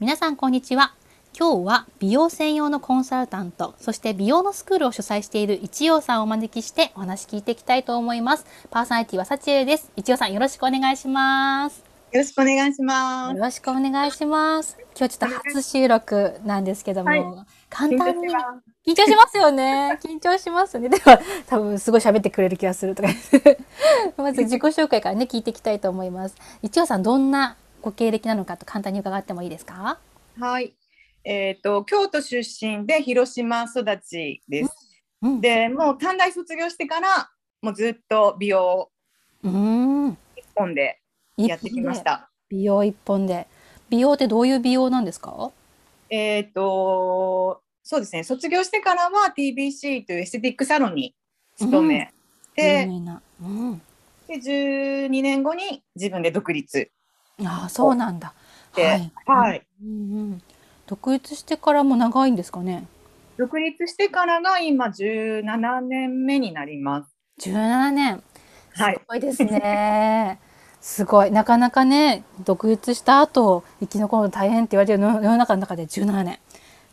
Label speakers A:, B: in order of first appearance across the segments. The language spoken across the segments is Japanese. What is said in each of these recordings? A: 皆さんこんにちは今日は美容専用のコンサルタントそして美容のスクールを主催している一葉さんをお招きしてお話聞いていきたいと思いますパーソナリティは幸恵です一葉さんよろしくお願いします
B: よろしくお願いし
A: よ
B: ます。
A: ろしくお願いします今日ちょっと初収録なんですけども、
B: はい
A: 簡単に
B: 緊張しま
A: 緊張しますよね緊張しますねでも多分すごい喋ってくれる気がするとか 言ってまず自己紹介からね聞いていきたいと思います一葉さんどんなご経歴なのかと簡単に伺ってもいいですか
B: すはい。えっ、と京都出身で広島育ちです。
A: うん
B: で、もう短大卒業してからもうずっと美容
A: うーん
B: 一本でやってきました。
A: 美容一本で美容ってどういう美容なんですか
B: えっ、とそうですね。卒業してからは TBC というエステティックサロンに勤め
A: 有
B: て、
A: 名な、うん、
B: で12年後に自分で独立
A: ああそうなんだ
B: で
A: はい、
B: はい。
A: うんうん、独立してからも長いんですかね
B: 独立してからが今17年目になります。
A: 17年す
B: はい
A: ごいですね、 すごいなかなかね独立した後生き残るの大変って言われてるの世の中の中で17年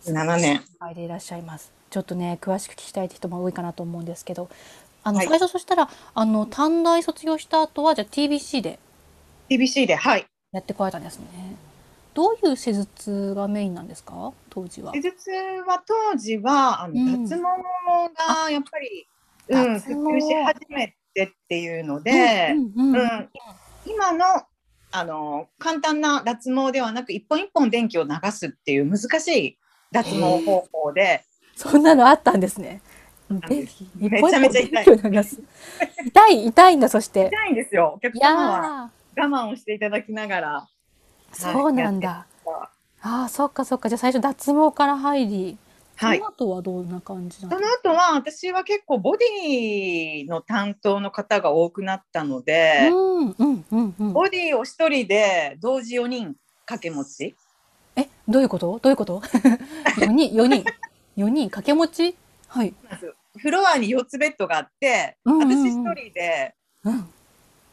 B: 17年。
A: 世界でいらっしゃいますちょっとね詳しく聞きたいって人も多いかなと思うんですけどあの、
B: はい
A: 最初そしたらあの短大卒業した後はじゃあ TBC で
B: TBC ではい。
A: やってこられたんですねどういう施術がメインなんですか当時は
B: 施術は当時はあの、
A: うん
B: 脱毛がやっぱり、うん、
A: 脱毛
B: 普及し始めてっていうので、
A: うんうん
B: うん
A: うん
B: 今のあの簡単な脱毛ではなく一本一本電気を流すっていう難しい脱毛方法で
A: そんなのあったんですね
B: んです
A: 電気
B: めちゃめちゃ痛い
A: 一本一本電気を流す痛い痛いんだそして
B: 痛いんですよお客
A: い
B: 様は
A: や
B: 我慢をしていただきながら
A: ーそうなんだあーそっかそっかじゃあ最初脱毛から入り
B: はい
A: その後はどんな感じな
B: そ
A: の
B: の後は私は結構ボディの担当の方が多くなったので、
A: うんうんうんうん
B: ボディを一人で同時4人掛け持ち
A: えどういうことどういうこと 四人四人四人掛け持ちはい
B: まずフロアに4つベッドがあって、
A: うんうんうん
B: 私一人で
A: うん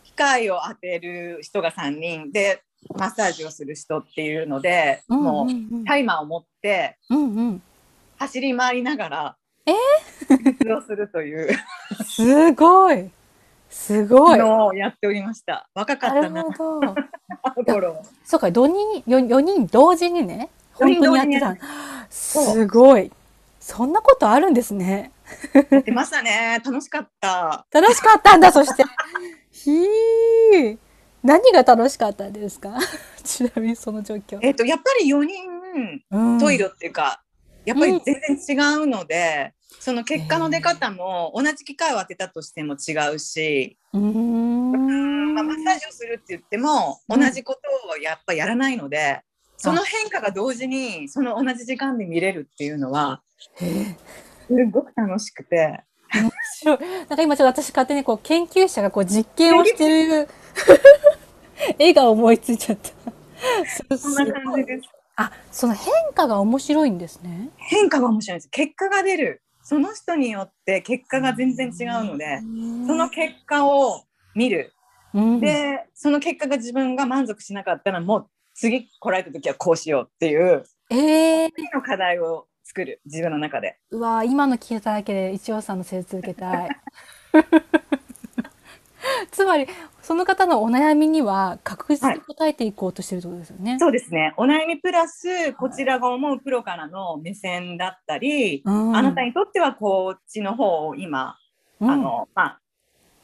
B: 機械を当てる人が3人でマッサージをする人っていうので、
A: うん
B: も
A: うん
B: う
A: うん
B: タイマーを持って
A: うんうん
B: 走り回りながら
A: え
B: 活動するという
A: すごいすごい
B: のをやっておりました若かった
A: な
B: な
A: るほど
B: あの頃
A: そうか、四人、四四人同時にね、本当にやってた
B: 四人同時にやって。そう
A: すごい。そんなことあるんですね。
B: やってましたね楽しかった
A: 楽しかった んだ、そして。ひー。何が楽しかったんですか ちなみにその状況。
B: えっ、とやっぱり4人
A: うん
B: トイレっていうか、やっぱり全然違うので、その結果の出方も同じ機械を当てたとしても違うし、
A: うーん。
B: まあ、マッサージをするって言っても
A: う
B: 同
A: ん
B: じことをやっぱやらないので、その変化が同時にその同じ時間で見れるっていうのは
A: へ
B: すごく楽しくて
A: ーなんか今ちょっと私勝手にこう研究者がこう実験をして る絵が思いついちゃった。
B: そんな感じです
A: あ、その変化が面白いんですね。
B: 変化が面白いんです結果が出るその人によって結果が全然違うので、その結果を見る
A: うん、
B: でその結果が自分が満足しなかったらもう次来られた時はこうしようっていう
A: えー、
B: 次の課題を作る自分の中で
A: うわー今の聞いただけで一応さんの施術受けたい つまりその方のお悩みには確実に答えていこうとしてるってことですよね、
B: そうですねお悩みプラスこちらが思うプロからの目線だったり、
A: うん
B: あなたにとってはこっちの方を今、あのまあ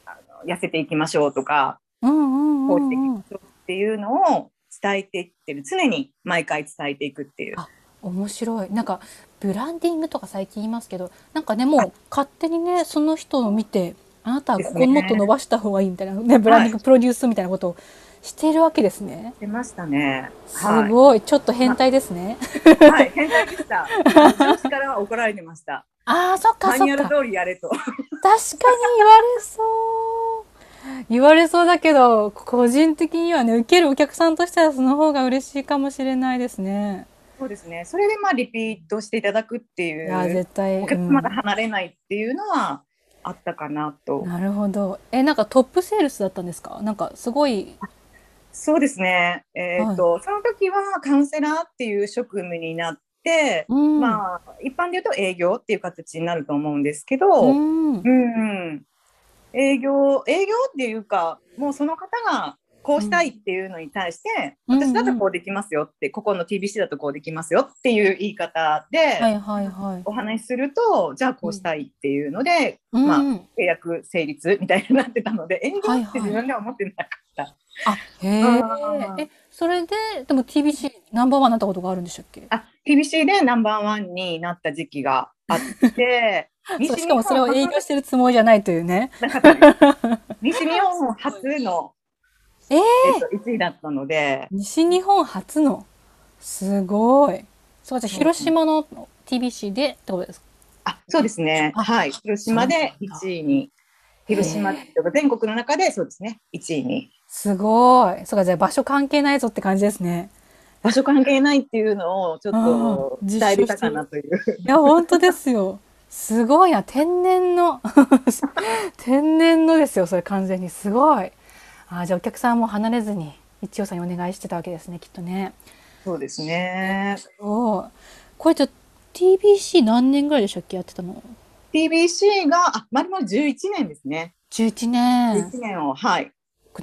B: あの痩せていきましょうとか
A: うんうん
B: こ
A: う
B: うし
A: ん
B: ていき
A: うん
B: ましょうっていうのを伝えていってる常に毎回伝えていくっていう
A: あ面白いなんかブランディングとか最近言いますけどなんかねもう勝手にねその人を見てあなたはここ
B: ですね
A: もっと伸ばした方がいいみたいな、ね、ブランディング、プロデュースみたいなことをしているわけですね
B: 出ましたね
A: す
B: はい、
A: ごいちょっと変態ですね、
B: はい、変態でした上司からは怒られてました
A: ああーそっか
B: マ
A: そ
B: ニ
A: っ
B: ュア
A: か
B: ル通りやれと。
A: 確かに言われそう言われそうだけど個人的にはね受けるお客さんとしてはその方が嬉しいかもしれないですね
B: そうですね。それでまあリピートしていただくって
A: い
B: い
A: や
B: う、
A: 絶対、
B: お
A: う
B: 客
A: ん
B: 様が離れないっていうのはあったかなと。
A: なるほどえなんかトップセールスだったんですかなんかすごい
B: そうですね。えーっと、その時はカウンセラーっていう職務になって、
A: うん
B: まあ一般で言うと営業っていう形になると思うんですけ
A: う
B: ど、うん、
A: ん
B: 営業営業っていうか、もうその方がこうしたいっていうのに対して、
A: うん
B: 私だとこうできますよって、ここの TBC だとこうできますよっていう言い方で。
A: はいはいはい。
B: お話しするとじゃあこうしたいっていうので、
A: うん
B: まあ契約成立みたいになってたので営業
A: はい
B: っ
A: は
B: て
A: い
B: 自分では思ってなかった、
A: あへえ
B: うん
A: えそれででも TBC ナンバーワンになったことがあるんでしたっけ
B: あ TBC でナンバーワンになった時期があって
A: そうしかもそれを営業してるつもりじゃないというね。
B: 西日本初の、
A: えー
B: っと1位だったので
A: 西日本初のすごい。そうじゃあ広島の TBC でってことですか。
B: あそうですね
A: あ
B: はい広島で
A: そうなんだ
B: 1位に広島っていうか全国の中でそうですね1位に
A: すごい。そうかじゃあ場所関係ないぞって感じですね。
B: 場所関係ないっていうのをちょっと
A: うん
B: 伝えれたかなという。
A: いや本当ですよ。すごいな天然の 天然のですよそれ完全にすごい。あじゃあお客さんも離れずに一応さんにお願いしてたわけですねきっとね。
B: そうですね。
A: おーこれじゃあ TBC 何年ぐらいでしたっけやってたの
B: TBC が、あ、まるまる11年ですね。
A: 11年
B: 11年を、はい。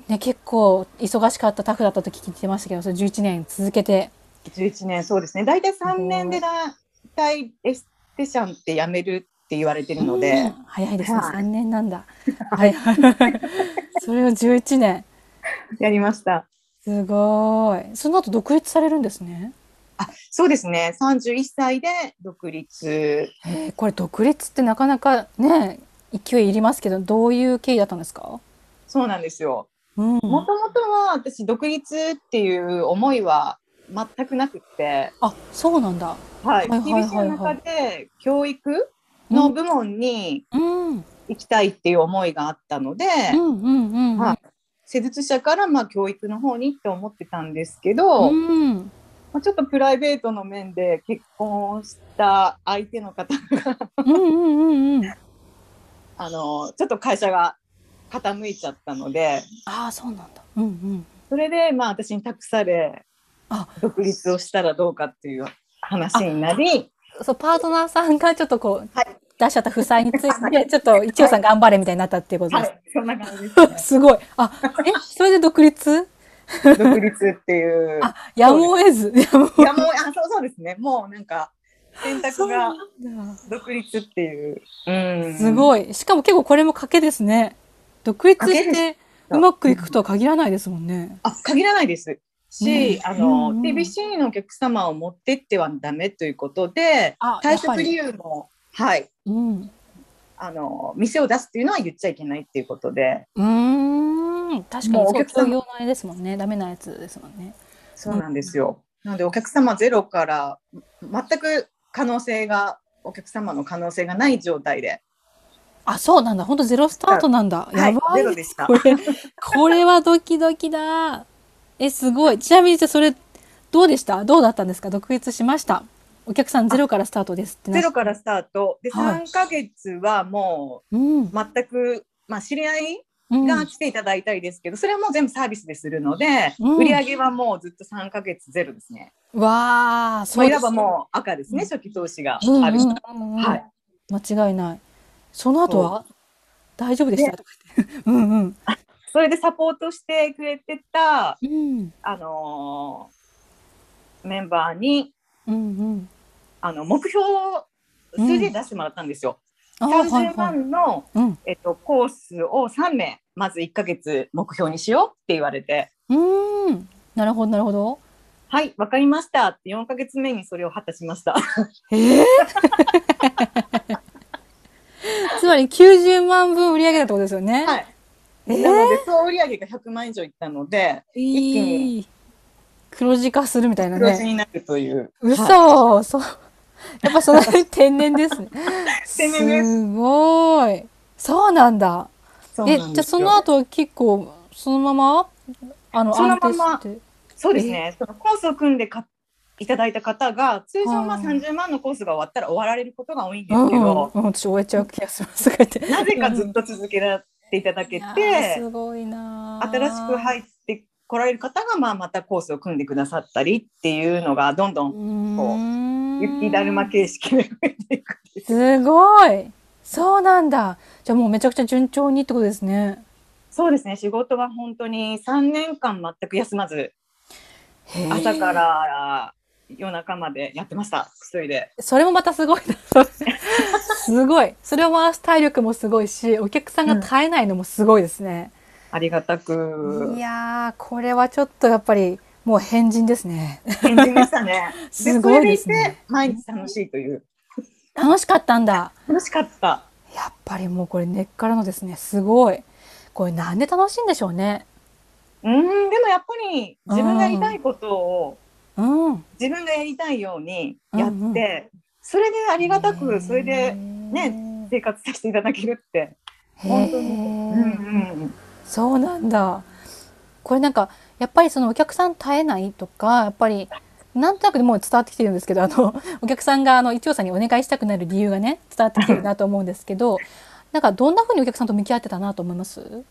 A: ね結構忙しかったタフだったと聞いてましたけどそれ11年続けて
B: 11年、そうですね。大体3年でだ、大体エステシャンって辞めるって言われてるの
A: う
B: で
A: ん、早いですね、
B: はい
A: 3年なんだ はいはいそれを11年
B: やりました。
A: すごいその後独立されるんですね
B: あ、そうですね。31歳で独立。
A: へーこれ独立ってなかなかね勢いいりますけどどういう経緯だったんですか
B: そうなんですよ。
A: うん
B: もともとは私、独立っていう思いは全くなくって、
A: あそうなんだ
B: はい。
A: はいはいはいはい
B: TBC の中で教育の部門に
A: うんうん
B: 行きたいっていう思いがあったので、
A: うんうん
B: はい施術者からまあ教育の方にって思ってたんですけ
A: う
B: ど、ま
A: ん
B: あ、ちょっとプライベートの面で結婚した相手の方 が
A: うんうんうん うん
B: あのちょっと会社が傾いちゃったので
A: ああそうなんだうんうん
B: それでまあ私に託され
A: あ
B: 独立をしたらどうかっていう話になり
A: そうパートナーさんがちょっとこう、
B: はい
A: 出しちゃった負債につい
B: は
A: てちょっと一応さん頑張れみたいになったっていうこと
B: は
A: です、、
B: いそんな感じです、ね
A: すごいあえそれで独立
B: 独立っていう
A: あやむを得ずやむを
B: いやもうあそうそうですねもうなんか選択が
A: なんだ
B: 独立っていう、うん、
A: す
B: い
A: ごいしかも結構これも賭けですね独立
B: 賭け
A: し
B: で
A: てうまくいくとは限らないですもんね
B: あ限らないですし、
A: ね
B: あの
A: うんうん
B: TBC のお客様を持ってってはダメということで
A: あ
B: 対
A: やっ
B: 策
A: ぱり
B: 理由も、はい、
A: うん
B: あの店を出すっていうのは言っちゃいけないっていうことで
A: うーん確か
B: もう
A: にそ
B: お
A: う
B: 客さん
A: 教養のあれですもんねダメなやつですもんね
B: そうなんですよ。なのでお客様ゼロから全く可能性がお客様の可能性がない状態で、
A: あそうなんだ本当ゼロスタートなんだ、
B: はい
A: や、ば
B: ゼ
A: い
B: ロでした
A: こ。れ、これはドキドキだ。え、すごい。ちなみに、じゃあそれ、どうでしたどうだったんですか独立しました。お客さんゼロからスタートですってな
B: ゼロからスタートで
A: はい
B: 3ヶ月はも
A: うん。
B: う全く、まあ、知り合い
A: うん
B: が来ていただいたりですけど、それはもう全部サービスでするので、
A: うん
B: 売り上げはもうずっと3ヶ月ゼロですね。
A: わあ、
B: そういえば
A: う
B: もう赤ですね、初期投資が
A: です。うんう
B: ある
A: ん
B: 人。
A: うんうん
B: はい。
A: 間違いない。その後は大丈夫でしたとか言って。 うんうん。
B: それでサポートしてくれてた、
A: うん。
B: あのーメンバーに、
A: うんうん。
B: あの、目標を数字で出してもらったんですよ。
A: あ
B: 30万の、
A: うん。
B: えっと、コースを3名、まず1ヶ月目標にしようって言われて、
A: うーん。なるほど、なるほど。
B: はい、わかりましたって4ヶ月目にそれを果たしました。
A: ええつまり90万分売り上げたってことですよね。
B: はい。
A: えー
B: なので、総売上げが100万以上いったので、一気に
A: いい黒字化するみたいな
B: 黒字
A: ね
B: になるという。
A: 嘘、
B: はい
A: そうやっぱその天然ですね
B: 天然です
A: すごいそうなんだ
B: そう
A: え
B: な
A: じゃ
B: ん
A: あ
B: です
A: そ
B: よ
A: の後は結構そのままあの
B: そのまま
A: 安定して
B: そうですね、そのコースを組んでかいただいた方が通常ま
A: はい
B: あ30万のコースが終わったら終わられることが多いんで
A: うん
B: す
A: う
B: け
A: ん、
B: ど、
A: うん、私終えちゃう気がしますとか言って
B: なぜかずっと続けられていただけ
A: いやー
B: て
A: すごいなー
B: 新しく入って来られる方が、まあ、またコースを組んでくださったりっていうのがどんどん雪だるま形式で増えていくんです。
A: すごいそうなんだじゃあもうめちゃくちゃ順調にってことですね
B: そうですね仕事は本当に3年間全く休まず
A: へー
B: 朝から夜中までやってました薬で。
A: それもまたすごいなすごいそれを回す体力もすごいしお客さんが耐えないのもすごいですね、
B: ありがたく
A: いやーこれはちょっとやっぱりもう変人ですね
B: 返事でした ね。
A: すごいです
B: それでい
A: ね
B: て毎日楽しいという
A: 楽しかったんだ
B: 楽しかった。
A: やっぱりもうこれ根っからのですねすごいこれなんで楽しいんでしょうね
B: うーんでもやっぱり自分がやりたいことを
A: うん
B: 自分がやりたいようにやって、
A: うんうん
B: それでありがた
A: へー
B: くそれでね生活させていただけるって、
A: へー
B: 本当にうんうん
A: そうなんだこれなんかやっぱりそのお客さん絶えないとかやっぱりなんとなくもう伝わってきてるんですけどあのお客さんがあの一応さんにお願いしたくなる理由がね伝わってきてるなと思うんですけどなんかどんな風にお客さんと向き合ってたなと思います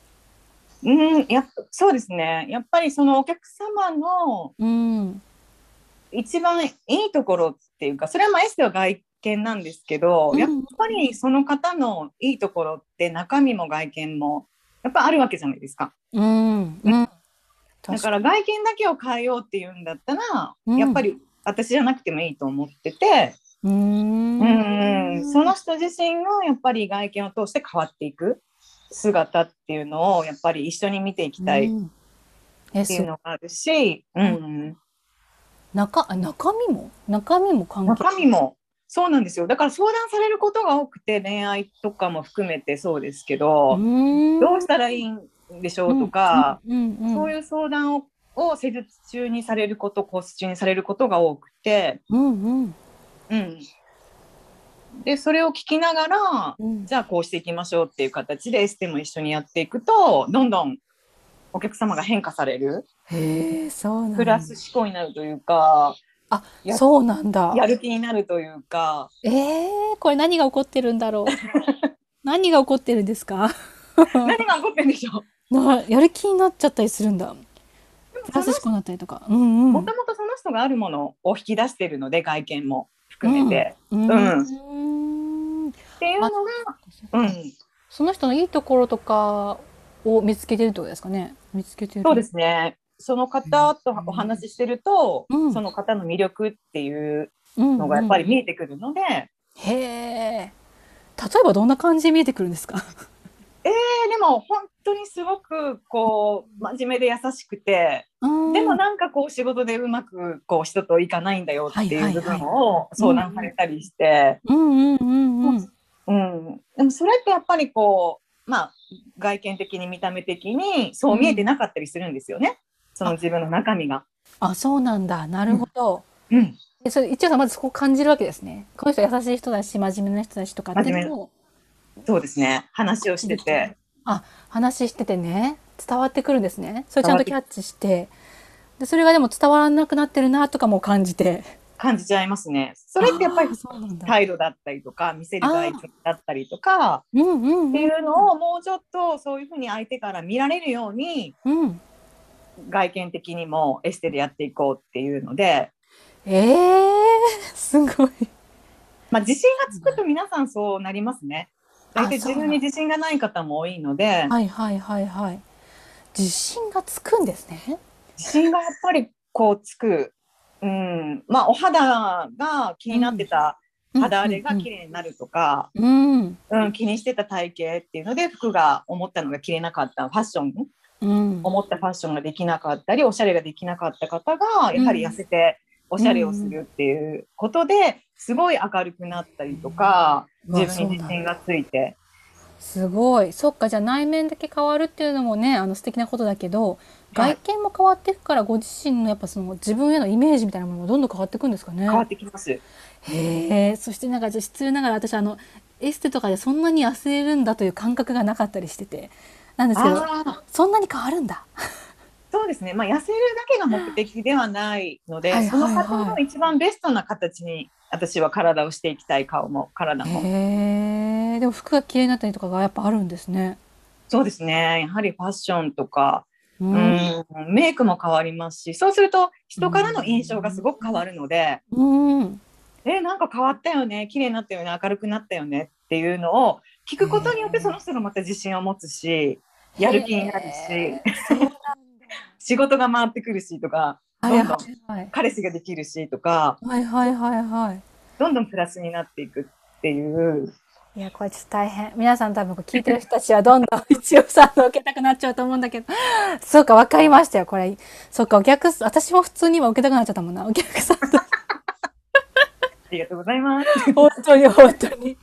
B: うん、やっぱそうですねやっぱりそのお客様の
A: うん
B: 一番いいところっていうかそれはまあエステは外見なんですけど、
A: うん
B: やっぱりその方のいいところって中身も外見もやっぱあるわけじゃないですか。
A: うんうん
B: だからら外見だけを変えようっていうんだったら、
A: うん
B: やっぱり私じゃなくてもいいと思ってて、
A: うー
B: うんんうんその人自身のやっぱり外見を通して変わっていく姿っていうのをやっぱり一緒に見ていきたいっ
A: うんえ
B: ていう
A: そう
B: のがあるし、うんうん
A: 中あ中身も中身も関係
B: 中身もそうなんですよだから相談されることが多くて恋愛とかも含めてそうですけど、どうしたらいいんでしょうとか、
A: うんうん
B: そう
A: う
B: いう相談をを施術中にされることコース中にされることが多くて。
A: んうん
B: うん、でそれを聞きながら
A: うん
B: じゃあこうしていきましょうっていう形でエステも一緒にやっていくとどんどんお客様が変化される
A: へえそうなんだ
B: プラス思考になるというか、
A: あ
B: や
A: そうなんだ
B: やる気になるというか
A: えー、これ何が起こってるん だろう何が起こってるんですか
B: 何が起こってるんでしょう
A: なやる気になっちゃったりするんだプ
B: そ
A: ラ
B: の
A: ス思考になったりとかうんうん
B: もともとその人があるものを引き出してるので外見も含めて、
A: うんうん
B: っていうのが、うん、
A: その人のいいところとかを見つけてるってことですかね見つけてる
B: そうですねその方とお話ししてると、
A: うん
B: その方の魅力っていう
A: うんうん
B: のがやっぱり見えてくるので、
A: へえ例えばどんな感じに見えてくるんですか
B: でも本当にすごくこう真面目で優しくて、
A: で
B: で
A: な
B: もなんかこう仕事でうまくこう人といかないんだよって
A: はい
B: い
A: は
B: う
A: い
B: 部
A: はい
B: 分を相談されたりして、
A: うんうんうんうん
B: うん、でもそれってやっぱりこうまあ外見的に見た目的にそう見えてなかったりするんですよね、その自分の中身が。
A: あそうなんだなるほど、
B: うん、
A: でそれ一応さんまずそこを感じるわけですね。この人優しい人だし真面目な人だしとかっていうのを
B: そうですね話をしてて、
A: 話しててね伝わってくるんですね。それちゃんとキャッチしてでそれがでも伝わらなくなってるなとかも感じて。
B: 感じちゃいますね。それってやっぱり
A: あーそうなんだ。
B: 態度だったりとか見せる外見だったりとか。
A: うんう
B: っ
A: ん
B: て
A: う
B: い
A: ん
B: うのをもうちょっとそういうふうに相手から見られるように
A: うん。
B: 外見的にもエステでやっていこうっていうので、
A: えー、すごい。
B: まあ、自信がつくと皆さんそうなりますね。
A: あ
B: 大体自分に自信がない方も多いので
A: はいはいはいはい。自信がつくんですね。
B: 自信がやっぱりこうつく、うんまあ、お肌が気になってた肌荒れが綺麗になるとか、
A: うん
B: うん、気にしてた体型っていうので服が思ったのが着れなかったファッション
A: うん。
B: 思ったファッションができなかったりおしゃれができなかった方がやはり痩せておしゃれをするっていうことですごい明るくなったりとか
A: うん
B: 自分に自信がついて
A: すごい。そっか、じゃあ内面だけ変わるっていうのもね、あの素敵なことだけど、
B: はい
A: 外見も変わっていくから、ご自身のやっぱその自分へのイメージみたいなものもどんどん変わっていくんですかね。
B: 変わってきます。
A: へえ。そしてなんかちょっと失礼ながら私あのエステとかでそんなに痩せるんだという感覚がなかったりしてて、なんですけど、
B: あー
A: そんなに変わるんだ。
B: そうですね、まあ、痩せるだけが目的ではないので、
A: はい
B: その
A: はいはい
B: 方の一番ベストな形に私は体をしていきたい顔も体も、
A: へえ。でも服が綺麗になったりとかがやっぱあるんですね。
B: そうですねやはりファッションとか
A: うん
B: うん、メイクも変わりますしそうすると人からの印象がすごく変わるので、
A: うん
B: えなんか変わったよね綺麗になったよね明るくなったよねっていうのを聞くことによってその人がまた自信を持つしやる気になる
A: へ
B: し仕事が回ってくるしとか
A: はい
B: どんど
A: は
B: ん
A: いはい
B: 彼氏ができるしとか
A: はいはいはいはい
B: どんどんプラスになっていくっていう
A: いや、これちょっと大変。皆さん多分こう聞いてる人たちはどんどん一応さんの受けたくなっちゃうと思うんだけど。 そうか、わかりましたよ、これ。そうか、お客さん、私も普通に今受けたくなっちゃったもんな。お客さんと、
B: ありがとうございます。
A: 本当に本当に。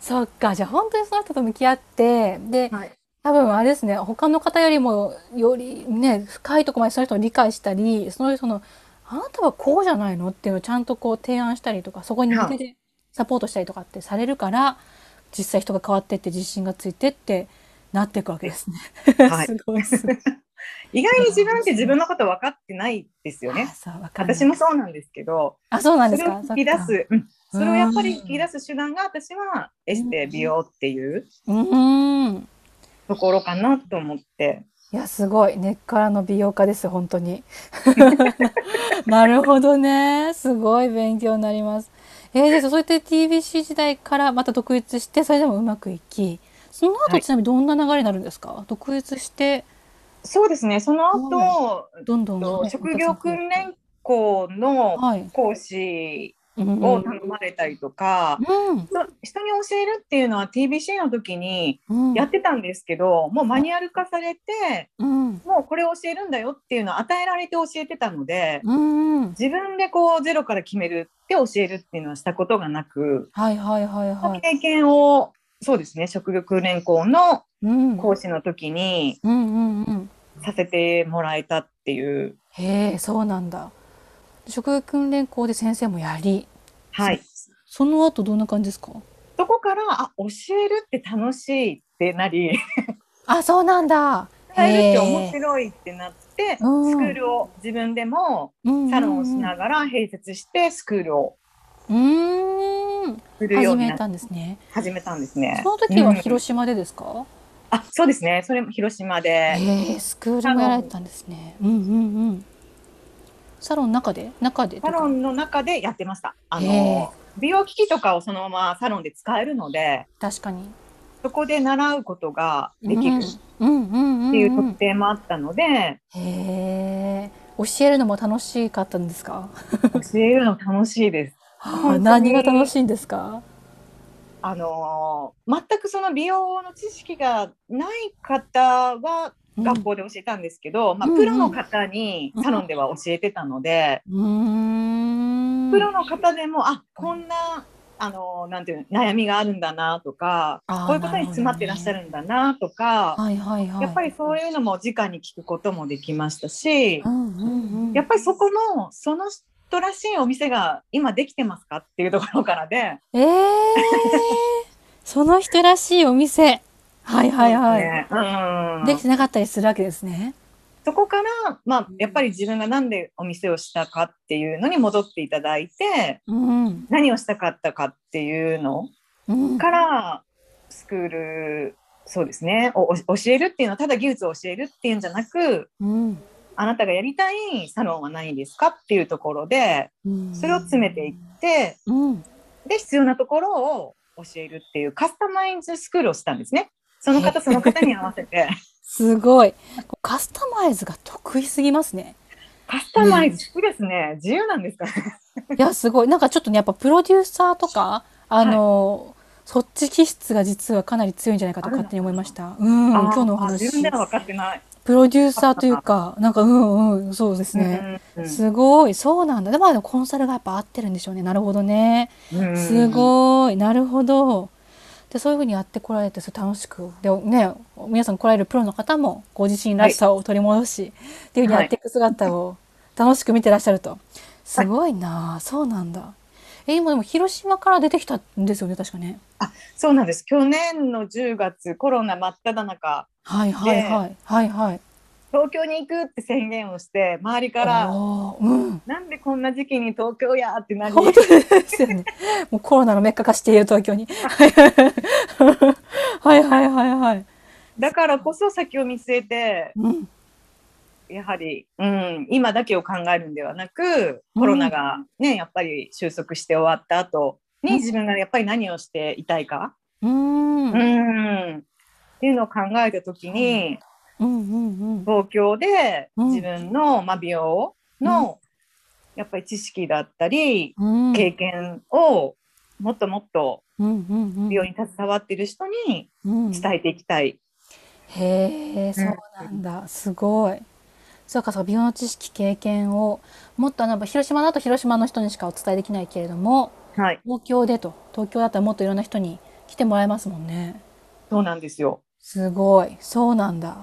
A: そうか、じゃあ本当にその人と向き合って、で、
B: はい
A: 多分あれですね、他の方よりも、よりね、深いとこまでその人を理解したり、その人の、あなたはこうじゃないのっていうのをちゃんとこう提案したりとか、そこに向けてサポートしたりとかってされるから、実際人が変わってって自信がついてってなっていくわけですね。
B: はい
A: すごいですね。
B: 意外に自分って自分のこと分かってないですよね。
A: あ そう、わかる。
B: 私もそうなんですけど、
A: あ、そうなん
B: そ
A: です
B: れ
A: か。
B: を引き出
A: そっか。
B: す、うん、それをやっぱり引き出す手段が私はエステ美容っていう
A: うーん。
B: ところかなと思って。
A: いや、すごい。根っからの美容家です、本当 に。なるほどね。すごい勉強になります。えー、で、そうやって TBC 時代からまた独立して、それでもうまくいき、その後
B: はい
A: ちなみにどんな流れになるんですか独立して、
B: そうですね。その後、
A: どんどん
B: と
A: ね
B: 職業訓練校の
A: はい。
B: 講師
A: うんう
B: を
A: ん。
B: 頼まれたりとか、そ人に教えるっていうのは TBC の時に
A: うん。うん。
B: やってたんですけど、もうマニュアル化されて、
A: うん。
B: もうこれを教えるんだよっていうのを与えられて教えてたので、
A: うんうん。
B: 自分でこうゼロから決めるって教えるっていうのはしたことがなく、
A: はいはいはい
B: そ
A: は
B: の
A: い。
B: 経験をそうですね職業訓練校の
A: うん。うん
B: 講師の時に
A: うんうん。
B: させてもらえたっていう、
A: へえ、そうなんだ。職業訓練校で先生もやり、
B: はい、
A: その後どんな感じですか
B: そこからあ教えるって楽しいってなり
A: あ、そうなんだ。
B: 伝えるって
A: へ
B: 面
A: え
B: 白いってなって、
A: うん
B: スクールを自分でも
A: うんうんうん
B: サロンをしながら併設してスクールを
A: うーん。
B: するよ
A: 始
B: うに
A: め
B: な
A: たんですね。
B: 始めたんですね。
A: その時は
B: うん
A: 広島でですか。
B: あそうですねそれも広島で、
A: ええ、スクールもやられてたんですね。うんうんうん。サロンの中で、中でと
B: サ
A: か。
B: ロンの中でやってました。あ
A: へえ
B: の美容機器とかをそのままサロンで使えるので
A: 確かに。
B: そこで習うことができるっ
A: うんうんうん
B: ていう
A: う
B: 特
A: ん。
B: 典もあったので、
A: へえ。教えるのも楽しかったんですか。
B: 教えるの楽しいです。
A: あ何が楽しいんですか。
B: あのー全くその美容の知識がない方は
A: うん
B: 学校で教えたんですけど、まあ、
A: うんうん
B: プロの方にサロンでは教えてたので、
A: うーん。
B: プロの方でもあこんな、あのーなんていうの悩みがあるんだなとか
A: あー
B: こういうことに詰まってらっしゃるんだなとか。
A: はいはいはい。
B: やっぱりそういうのも直に聞くこともできましたし
A: う、んうんうん。
B: やっぱりそこのその人らしいお店が今できてますかっていうところからで、
A: ええその人らしいお店。はいはいはい。
B: ねうん、
A: できてなかったりするわけですね。
B: そこから、まあ、やっぱり自分が何でお店をしたかっていうのに戻っていただいて
A: うん。
B: 何をしたかったかっていうの
A: うん。
B: からスクールそうですねおお教えるっていうのはただ技術を教えるっていうんじゃなく
A: うん。
B: あなたがやりたいサロンは何ですかっていうところで
A: うん
B: それを詰めていって
A: うん。
B: で必要なところを教えるっていうカスタマイズスクールをしたんですね。その方その方に合わせて
A: すごい。カスタマイズが得意すぎますね。
B: カスタマイズ好きですね自由なんですかね
A: いや、すごい。なんかちょっとね、やっぱプロデューサーとか、あの、そっち気質が実はかなり強いんじゃないかと勝手に思いました。うん。
B: あ
A: 今
B: ー
A: 日のお
B: あ
A: 話。
B: 自分では分かってない。
A: プロデューサーというか、なんか、うんうん、そうですね。
B: うんうん
A: すごい、そうなんだ。でも、あのコンサルがやっぱ合ってるんでしょうね。なるほどね。
B: うん
A: すごい、なるほど。で、そういうふうにやってこられて、それ楽しく、で、ね、皆さん来られるプロの方も、ご自身らしさを取り戻し、っていうふうにやっていく姿を楽しく見てらっしゃると。すごいなあ、そうなんだ。え、今でも広島から出てきたんですよね、確かね。
B: そうなんです。去年の10月、コロナ真っ只中、
A: はいはいはい。はいはい。
B: 東京に行くって宣言をして、周りから、
A: おーうん。
B: なんでこんな時期に東京やってなり、
A: 本当ですよね。もうコロナのメッカ化している東京に。 はいはいはいはい。
B: だからこそ先を見据えて、
A: うん。
B: やはり、うん、今だけを考えるんではなくコロナが、ねやっぱり収束して終わった後に
A: うん
B: 自分がやっぱり何をしていたいか、
A: うーん。
B: う
A: うん
B: ん、っていうのを考えた時に
A: うんうん。
B: 東京で
A: うん
B: 自分の、まあ、美容の、やっぱり知識だったり
A: うん
B: 経験をもっともっと
A: うんうんうん
B: 美容に携わっている人に
A: うん
B: 伝えていきたい。
A: へえ、そうなんだ。すごい。そうか、そうか、美容の知識、経験を、もっとあの、広島だと広島の人にしかお伝えできないけれども、
B: はい、
A: 東京でと、東京だったらもっといろんな人に来てもらえますもんね。
B: そうなんですよ。
A: すごい。そうなんだ。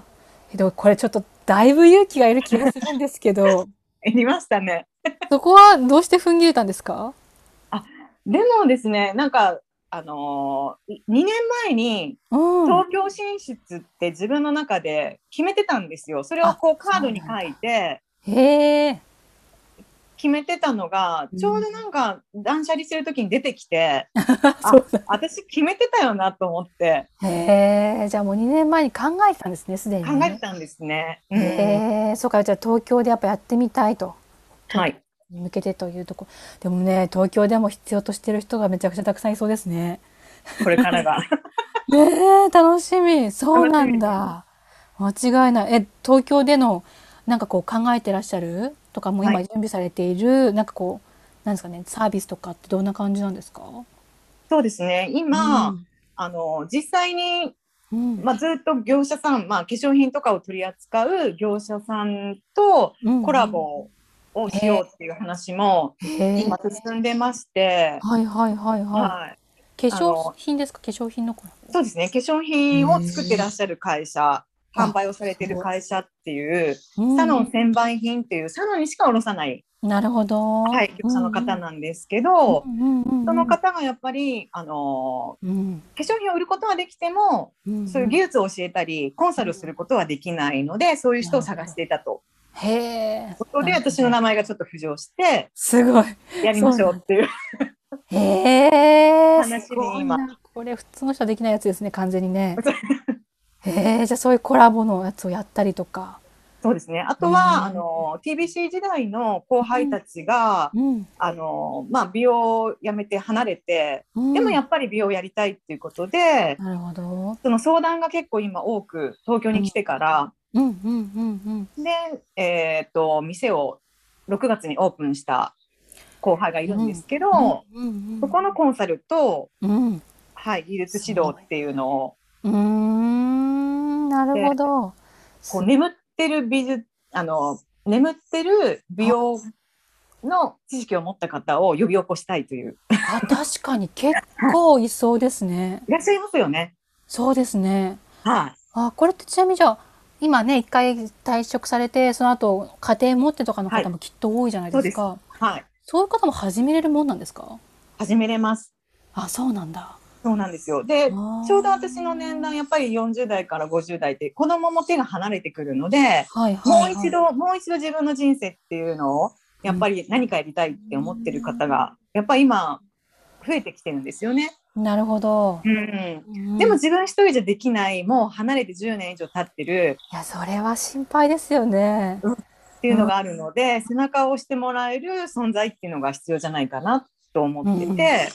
A: え、でもこれちょっと、だいぶ勇気がいる気がするんですけ ど、
B: やりましたね。
A: そこはどうして踏ん切れたんですか
B: でもですね、なんか、あのー、い2年前に
A: うん。
B: 東京進出って自分の中で決めてたんですよ。それをこうカードに書いて
A: へえ。
B: 決めてたのが、
A: うん
B: ちょうどなんか断捨離してる時に出て きて、あ
A: そうだ。
B: 私決めてたよなと思って
A: へえ。じゃあもう2年前に考えてたんですね、すでに
B: 考
A: ね。
B: えてたんですね。うん
A: へえ、そうか、じゃあ東京でやっぱやってみたいと。
B: はい。
A: に向けてというとこでもね東京でも必要としてる人がめちゃくちゃたくさんいそうですね。
B: これから が。
A: ねえ楽しみそうなんだ間違いないえ東京でのなんかこう考えてらっしゃるとかもう今
B: は
A: 準備されている、なんかこうなんですかねサービスとかってどんな感じなんですか
B: そうですね。今、あの実際に
A: うんうん
B: まあずっと業者さん、まあ化粧品とかを取り扱う業者さんと
A: うん
B: コラボをしようっていう話も
A: へえ
B: 今進んでまして、
A: はいはいはいは
B: はい、
A: い化
B: あの
A: 粧品ですか化粧品のコラボ
B: そうですね化粧品を作ってらっしゃる会社
A: うん
B: 販売をされてる会社っていう
A: うん
B: サロン専売品っていうサロンにしか卸さない、
A: なるほど
B: はい、業者の方なんですけど、
A: うんうんうんうん
B: その方がやっぱり、あの
A: うん
B: 化粧品を売ることはできても
A: うん
B: そういう技術を教えたりコンサルをすることはできないのでそういう人を探していたと。
A: へえ
B: そこで私の名前がちょっと浮上して
A: すごい
B: やりましょうっていう
A: へえ、
B: 話
A: すご
B: に
A: い
B: 今
A: な。これ普通の人はできないやつですね、完全に ね。へえ、じゃあそういうコラボのやつをやったりとか。
B: そうですね。あと
A: うん
B: は、あの TBC 時代の後輩たちが、
A: うん。
B: あのまあ美容をやめて離れて、でもや
A: っ
B: っぱり美容をやりたいっていうことで、
A: なるほど。
B: その相談が結構今多く東京に来てから、
A: うんうんうん
B: でえっ、と店を6月にオープンした後輩がいるんですけど、
A: うん。うん
B: そこのコンサルと、
A: うん。
B: はい技術指導っていうのを
A: うん。うーん、なるほど。
B: こう眠ってる美術あの眠ってる美容の知識を持った方を呼び起こしたいという
A: あ、確かに結構いそうですね。
B: いらっしゃいますよね。
A: そうですね。
B: はい、
A: あ、これってちなみにじゃあ、今ね、一回退職されて、その後家庭持ってとかの方もきっと多いじゃないですか。
B: はい、
A: そういう方も始めれるもんなんですか
B: 始めれます。
A: あ、そうなんだ。
B: そうなんですよ。で、ち
A: ち
B: ょうど私の年代、やっぱり40代から50代って子供も手が離れてくるので、
A: はいはい
B: も
A: は
B: う
A: い、
B: 一度、もう一度自分の人生っていうのを、やっぱり何かやりたいって思ってる方が、やっぱり今、増えてきてるんですよね。
A: なるほど。
B: うん。
A: うん
B: でも自分一人じゃできない、もう離れて10年以上経ってる
A: いやそれは心配ですよね。
B: っていうのがあるので、背中を押してもらえる存在っていうのが必要じゃないかなと思ってて、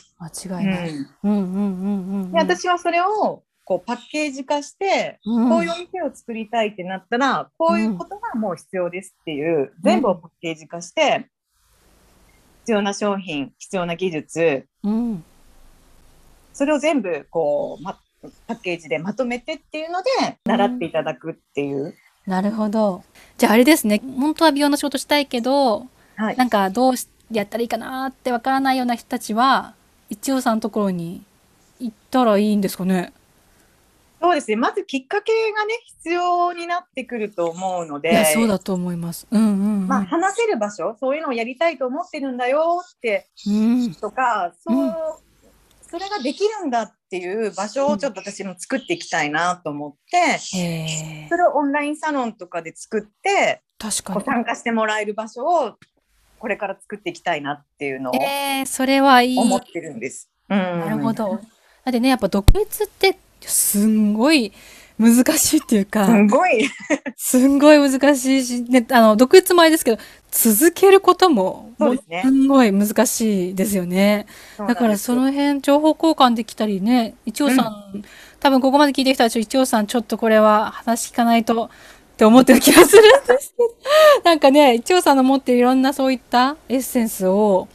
A: 間
B: う
A: 違いない。
B: ん
A: うんうんうんうんうん。
B: で私はそれをこうパッケージ化して、
A: うん
B: こういう店を作りたいってなったら、こういうことがもう必要ですっていう、全部をパッケージ化して、必要な商品、必要な技術、
A: うん
B: それを全部こう、ま、パッケージでまとめてっていうので、習っていただくっていう。
A: なるほど。じゃああれですね。本当は美容の仕事したいけど、
B: はい
A: なんかどうしやったらいいかなってわからないような人たちは一応さんのところに行ったらいいんですかね。
B: そうですね。まずきっかけがね、必要になってくると思うので。
A: いやそうだと思います。うんうん、うん。
B: まあ、話せる場所、そういうのをやりたいと思ってるんだよって
A: うん。
B: とか、そう、
A: うん
B: それができるんだっていう場所をちょっと私も作っていきたいなと思って、
A: へえ
B: そ。れをオンラインサロンとかで作って、
A: 確か
B: こう
A: に。
B: 参加してもらえる場所をこれから作っていきたいなっていうのを
A: えー、それはいい。
B: 思ってるんです。うん
A: なるほ。ど。だってね、やっぱ独立ってすんごい難しいっていうか、
C: すごい。
A: すんごい難しいし、ね、あの、独立もあれですけど、続けることも、
C: そう
A: も
C: ですね
A: んごい難しいですよね。 だからその辺、情報交換できたりね、一応さん、多分ここまで聞いてきたら、ちょ一応さん、ちょっとこれは話聞かないと、って思ってる気がするんですけ ど、なんかね、一応さんの持ってるいろんなそういったエッセンスを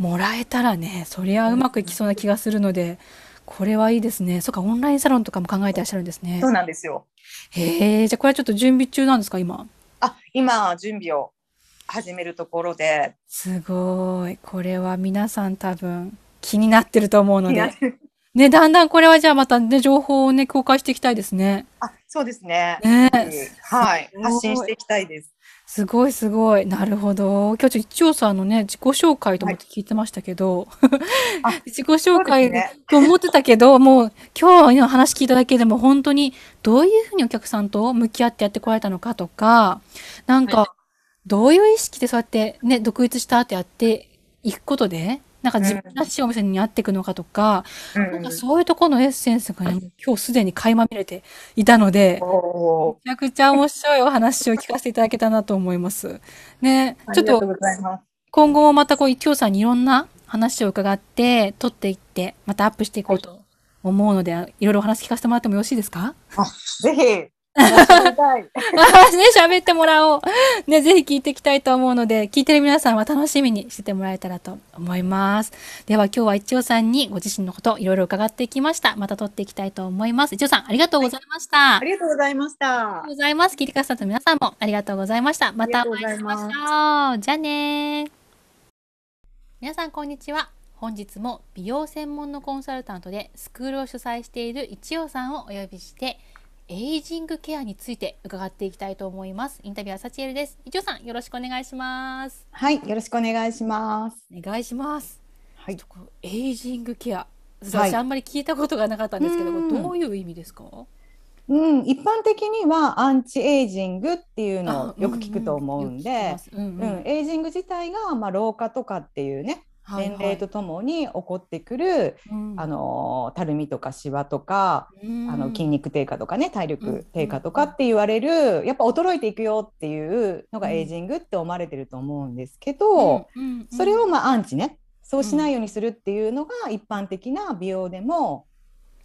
A: もらえたらね、そりゃうまくいきそうな気がするので、これはいいですね。そっか、オンラインサロンとかも考えてらっしゃるんですね
C: そう。なんですよ。
A: へえ、じゃあこれはちょっと準備中なんですか、今。
C: あ、今準備を始めるところで、
A: すごい。これは皆さん多分気になってると思うの
C: いや
A: で。ね、だんだんこれはじゃあまたね、情報をね、公開していきたいですね。
C: あ、そうですね。
A: ね
C: はい
A: すご、い
C: 発信していきたいです。
A: すごいすごい。なるほど。今日ちょっと一応さんのね、自己紹介と思って聞いてましたけど、
C: あ
A: 自己紹
C: そう
A: 介
C: ですね
A: と思ってたけど、もう今日の話聞いただけでも本当にどういうふうにお客さんと向き合ってやってこられたのかとか、なん
C: は
A: かどういう意識でそうやってね、独立したってやっていくことで、なんか自分らしいお店に合っていくのかとか、
C: うん
A: なんかそういうところのエッセンスがね、もう今日すでに垣間見れていたので、
C: おー
A: めちゃくちゃ面白いお話を聞かせていただけたなと思います。ね、
C: あ
A: ちょ
C: りが
A: っ
C: とう
A: と
C: ございます。
A: 今後もまたこう、一応さんにいろんな話を伺って、撮っていって、またアップしていこうと思うので、いろいろお話聞かせてもらってもよろしいですか
C: ぜひ、楽しみたい
A: ね、喋ってもらおう。ね、ぜひ聞いていきたいと思うので、聞いてる皆さんは楽しみにしててもらえたらと思います。では今日は一応さんにご自身のこといろいろ伺っていきました。また撮っていきたいと思います。一応さん、ありがとうございました。
C: ありがとうございました
A: ありがとう。ございます。聞いてくださった皆さんもありがとうございました。またお会いしましょう。じゃあねー。皆さんこんにちは。本日も美容専門のコンサルタントでスクールを主催している一応さんをお呼びしてエイジングケアについて伺っていきたいと思います。インタビューはサチエルです。一応さんよろしくお願いします。
B: はい、よろしくお願いします。
A: お願いします。
B: はい
A: ちょっとこのエイジングケア。
B: はい
A: 私あんまり聞いたことがなかったんですけど、
B: うん
A: これどういう意味ですか？
B: うん、一般的にはアンチエイジングっていうのをよく聞くと思う
A: あうんうん
B: んで、
A: よく聞きますうん
B: う
A: うん
B: ん、エイジング自体がまあ老化とかっていうね、
A: はいは
B: 年
A: い
B: 齢とともに起こってくる
A: うん
B: あのーたるみとかシワとか、あの筋
A: うん
B: 肉低下とかね、体力低下とか
A: うん
B: って言われる、やっぱ衰えていくよっていうのが
A: うん
B: エイジングって思われてると思うんですけど、
A: うんうんうん
B: それをまあアンチねそうしないようにするっていうのが一般的な美容でも、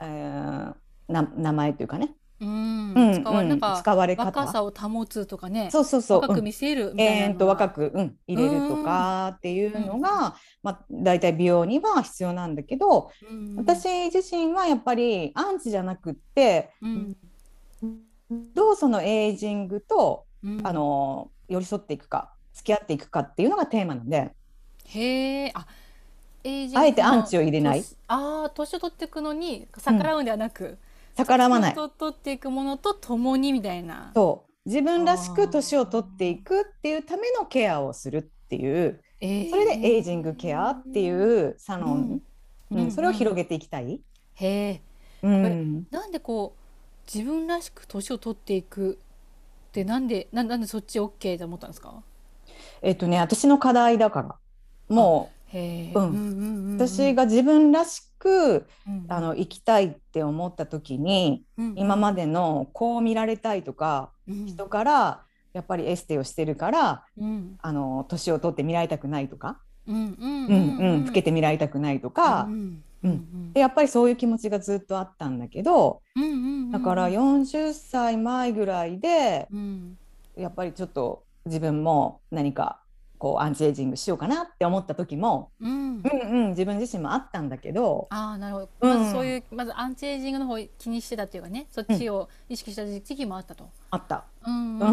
B: えーな名前というかね、
A: うん
B: うん
A: 使われ
B: うん
A: なんか
B: 使われ方
A: 若さを保つとかね
B: そうそうそう、
A: 若
B: う
A: く
B: ん
A: 見せるみ
B: 永
A: たいな
B: 遠
A: の
B: と
A: が
B: 若く、うん、入れるとかっていうのが、まあ、大体美容には必要なんだけど、
A: うん
B: 私自身はやっぱりアンチじゃなくって
A: うん
B: どうそのエイジングと、
A: うん
B: あの寄り添っていくか付き合っていくかっていうのがテーマなんで
A: へえあエイジングの
B: あえてアンチを入れない
A: 年ああ年を取っていくのに逆らうんではなく
B: 逆らわない
A: 年。を取っていくものとともにみたいな
B: そう自分らし
A: あ
B: く
A: ー
B: 年を取っていくっていうためのケアをするっていう
A: そ
B: それでエイジングケアっていうサロン、
A: うん
B: うん
A: うん
B: それを広げていきたい、
A: へえ
B: うん
A: なんでこう自分らしく年を取っていくってなんでなんなんでそっち OK と思ったんですか
B: えっとね私の課題だからも
A: へえ
B: うん
A: ん
B: う私が自分らしくあ
A: の
B: の生きたいって思った時に今までのこう見られたいとか人からやっぱりエステをしてるから
A: うん
B: あの年を取って見られたくないとか、
A: うんうん
B: うんうん、老けて見られたくないとか、
A: うん
B: うんでやっぱりそういう気持ちがずっとあったんだけど、
A: うん
B: だから40歳前ぐらいで
A: うん
B: やっぱりちょっと自分も何かこうアンチエイジングしようかなって思った時も、
A: うん
B: うんうん、自分自身もあったんだけど、
A: ああなるほど
B: う
A: ま
B: ん
A: ずそういうまずアンチエイジングの方を気にしてたっていうかねそっちを意識した時期もあったと
B: あった、
A: うん
B: う
A: うん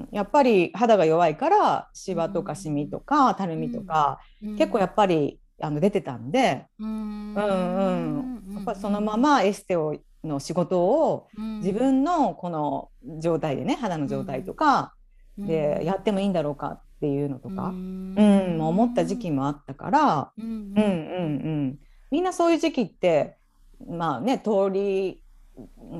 B: ん、やっぱり肌が弱いからシワとかシミとかたるみとか、
A: うん
B: 結構やっぱりあの出てたんで、
A: うん
B: うんうん、やっぱりそのままエステをの仕事を自分のこの状態でね肌の状態とかでやってもいいんだろうかっていうのと
A: と
B: か。うん、思った時期もあったから、
A: うん
B: うんうんうん、みんなそういう時期ってまあね通り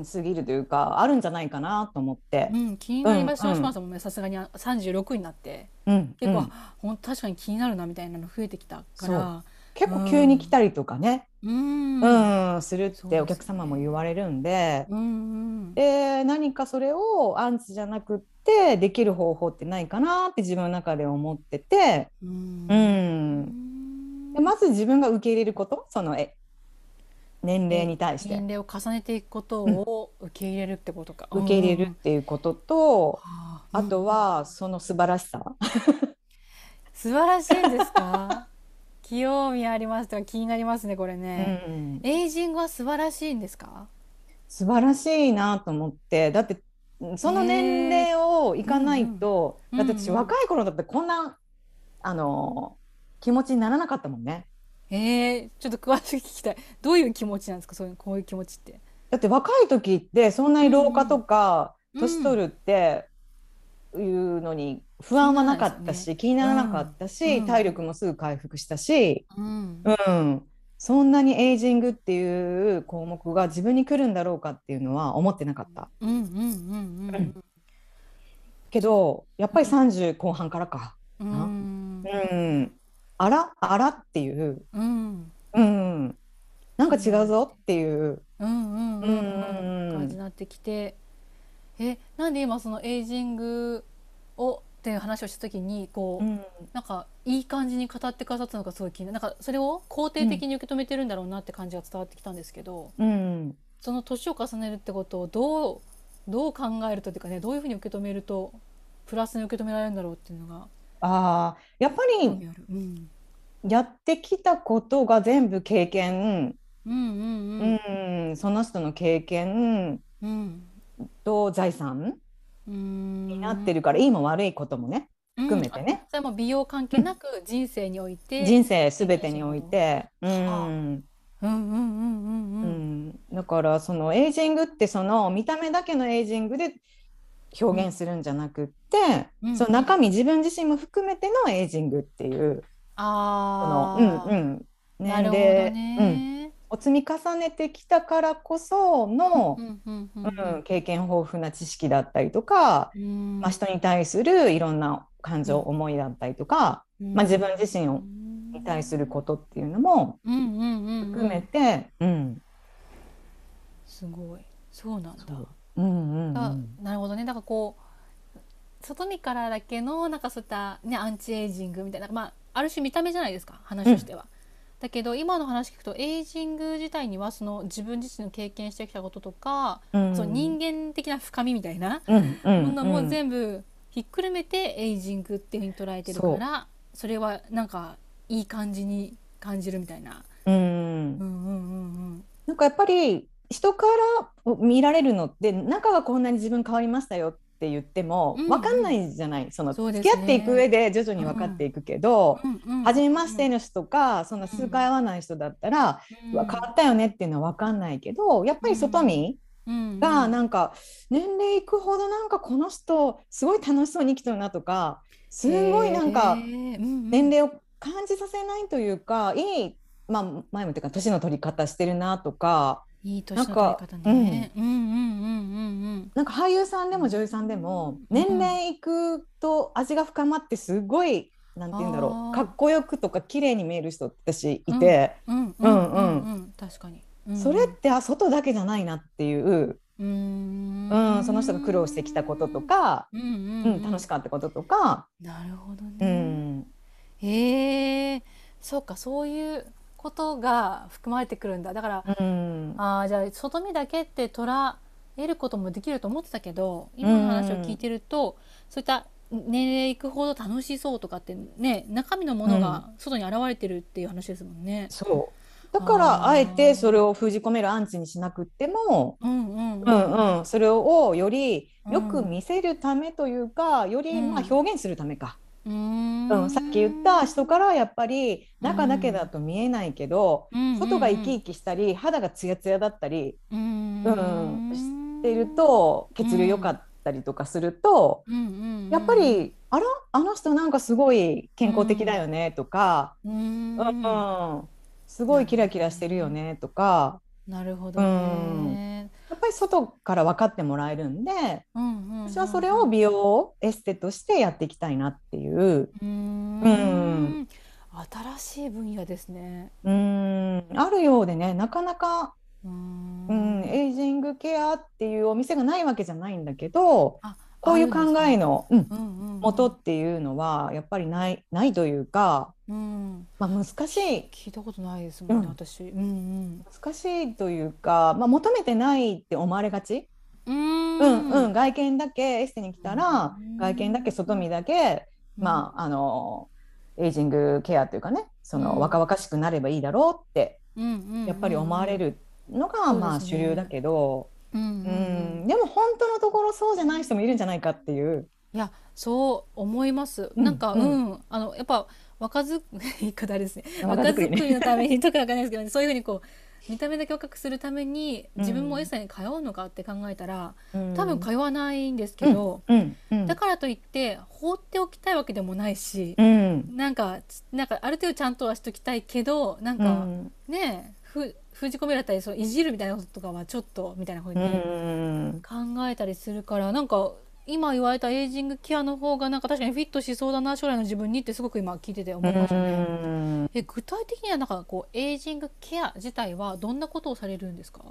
B: 過ぎるというかあるんじゃないかなと思って
A: う、ん気になりますしますもんねさすがに36になって
B: うん
A: 結構
B: うん
A: あほん確かに気になるなみたいなの増えてきたから
B: 結構急に来たりとかね、
A: うん
B: うんする
A: そうです
B: って
A: ね
B: お客様も言われるんで
A: うん
B: で何かそれをアンチじゃなくってできる方法ってないかなって自分の中で思ってて、
A: う
B: うんん、でまず自分が受け入れることそのえ年齢に対して
A: 年齢を重ねていくことを受け入れるってことか。
B: 受け入れるっていうことと、
A: は
B: あとはその素晴らしさ、
A: 素晴らしいんです か興味ありますとか気になりますねこれね、
B: うん
A: エイジングは素晴らしいんですか
B: 素晴らしいなと思ってだってその年齢をいかないと、
A: うんうん
B: だって
A: う
B: 私
A: んうん
B: 若い頃だってこんなあの気持ちにならなかったもんね
A: えー、ちょっと詳しく聞きたいどういう気持ちなんですかそういうこういう気持ちって
B: だって若い時ってそんなに老化とか
A: うんうん
B: 年取るっていうのに不安はなかったし気にならなかったし、
A: うん
B: 体力もすぐ回復したし、
A: うん
B: うん、そんなにエイジングっていう項目が自分に来るんだろうかっていうのは思ってなかった
A: うんうんうんうん
B: けどやっぱり30後半からか。
A: うんうん
B: うん、あらあらっていう、
A: うん
B: うん、なんか違うぞっていう、
A: うんうんうんうん
B: うん
A: 感じになってきてえなんで今そのエイジングをっていう話をした時にこう、なんかいい感じに語ってくださったのがすごい気になるなんかそれを肯定的に受け止めてるんだろうなって感じが伝わってきたんですけど、
B: うん、
A: その年を重ねるってことをどうどう考えるとっていうかねどういうふうに受け止めるとプラスに受け止められるんだろうっていうのが
B: あーやっぱ
A: 興
B: り
A: 味ある。うん
B: やってきたことが全部経験、
A: うんう
B: うんん、その人の経験
A: うんうん
B: と財産
A: うん
B: になってるから、いいも悪いこともね含めて
A: うん
B: ね、
A: あそれはもう美容関係なく人生において
B: 人生すべてにおいて、うん
A: うんうんうんうん
B: う
A: うん
B: ん、だからそのエイジングってその見た目だけのエイジングで表現するんじゃなくって、
A: うん
B: その中身自分自身も含めてのエイジングっていうそ
A: あ
B: の
A: あ
B: うんうん年
A: なるほど
B: 齢、うん、
A: ね、
B: を積み重ねてきたからこその
A: う、んうんうんう
B: うんん、経験豊富な知識だったりとか、
A: うん
B: まあ、人に対するいろんな感情、
A: うん
B: 思いだったりとか、
A: うん
B: まあ、自分自身を
A: に
B: に対することっていうのも
A: うんうんうんうん
B: 含めて、うん
A: すごいそうなんだ
B: そううんうんう
A: あ
B: ん
A: なるほどねだからこう外見からだけのなんかそういった、ね、アンチエイジングみたいな、まあ、ある種見た目じゃないですか話としては。だけど今の話聞くとエイジング自体にはその自分自身の経験してきたこととか、
B: うん
A: その人間的な深みみたいな、
B: うんう
A: そん
B: ん
A: なもう全部ひっくるめてエイジングっていうふうに捉えてるからそれはなんかいい感じに感じるみたいな。
B: うん
A: うんうんうんうん
B: なんかやっぱり人から見られるのって中はこんなに自分変わりましたよって言っても
A: うん
B: 分かんないじゃない、その
A: そうで
B: 付
A: すね
B: き合っていく上で徐々に分かっていくけど、
A: うんうん
B: 初めましての人かそんな数回会わない人だったら、うわ変わったよねっていうのは分かんないけどやっぱり外見
A: うん
B: がなんか年齢いくほどなんかこの人すごい楽しそうに生きてるなとかすごいなんか
A: へーうん
B: 年齢を感じさせないというかいい、まあ、前もというか年の取り方してるなとか。
A: いい年の取り方ね。うんうんうんうんうん。
B: なんか俳優さんでも女優さんでも
A: うん
B: 年齢いくと味が深まってすごいなんて言うんだろ
A: あー
B: うかっこよくとか綺麗に見える人って私いて、
A: うん
B: うんうん
A: うん確かに。うん
B: それってあ外だけじゃないなっていう、
A: うーん
B: うんその人が苦労してきたことと。か、
A: うん
B: う
A: うんんうん
B: 楽しかったこととか、
A: なるほど
B: う
A: ね。
B: ん
A: へえ、そうかそういうことが含まれてくるんだ。だから
B: うん
A: あーじゃあ外見だけって捉えることもできると思ってたけど今の話を聞いてると、そういった年齢いくほど楽しそうとかってね中身のものが外に現れてるっていう話ですもんね。
B: そうだから
A: あー
B: あえてそれを封じ込めるアンチにしなくっても、
A: うんうん
B: う
A: うん
B: んうん、それをよりよく
A: うん
B: 見せるためというか、よりまあ
A: うん
B: 表現するためか。
A: うーん
B: うん、さっき言った人からやっぱり中だけだと見えないけど、外が生き生きしたり肌がツヤツヤだったり
A: うん
B: うん
A: し
B: している、と血流良かったりとかすると、
A: うんうんうん
B: やっぱり「あらあの人なんかすごい健康的だよね」とか、
A: うーん
B: うんすごいキラキラしてるよね」とか
A: なるほどね。
B: やっぱり外から分かってもらえるんで
A: うんうんうん
B: 私はそれを美容エステとしてやっていきたいなっていう。
A: うーん
B: うん
A: 新しい分野ですね。
B: うんあるようでねなかなか、
A: うーん
B: うん、エイジングケアっていうお店がないわけじゃないんだけど
A: あ
B: こういう考え、の、うん
A: あるんですねうんうんうん、
B: 元っていうのはやっぱりないないというか、
A: うん、
B: まあ、難しい
A: 聞いたことないですもんね、
B: うん
A: 私。うん
B: 難しいというか、まあ、求めてないって思われがち、
A: う。
B: うんんうん
A: ん。
B: 外見だけエステに来たら、
A: うん
B: 外見だけ外見だけ、まああのエイジングケアというかねその、
A: うん
B: 若々しくなればいいだろうって
A: あ、うんうんうん、
B: やっぱり思われるのが、
A: うん
B: まあ
A: そうです
B: 主
A: ね
B: 流だけど、
A: うんうん
B: う
A: うんん、
B: でも本当のところそうじゃない人もいるんじゃないかっていう。
A: いやそう思います。
B: うん
A: なんか、う、
B: うん
A: あのやっぱ若づく言い方です ね。若
B: 作り
A: 作
B: ね
A: りのためにとかわかんないですけど、ね、そういうふうにこう見た目だけを隠するために自分もエッセイに通うのかって考えたら、多分通わないんですけど、
B: うんうん
A: だからといって放っておきたいわけでもないし、
B: うん
A: なんかなんかある程度ちゃんとはしときたいけどなん
B: う
A: か、
B: ん
A: ねえふ封じ込められたりそういじるみたいなこととかはちょっとみたいなふうに
B: うん
A: 考えたりするからなんか今言われたエイジングケアの方がなんか確かにフィットしそうだな将来の自分にってすごく今聞いてて思いましたね。
B: うん
A: え具体的にはなんかこうエイジングケア自体はどんなことをされるんですか？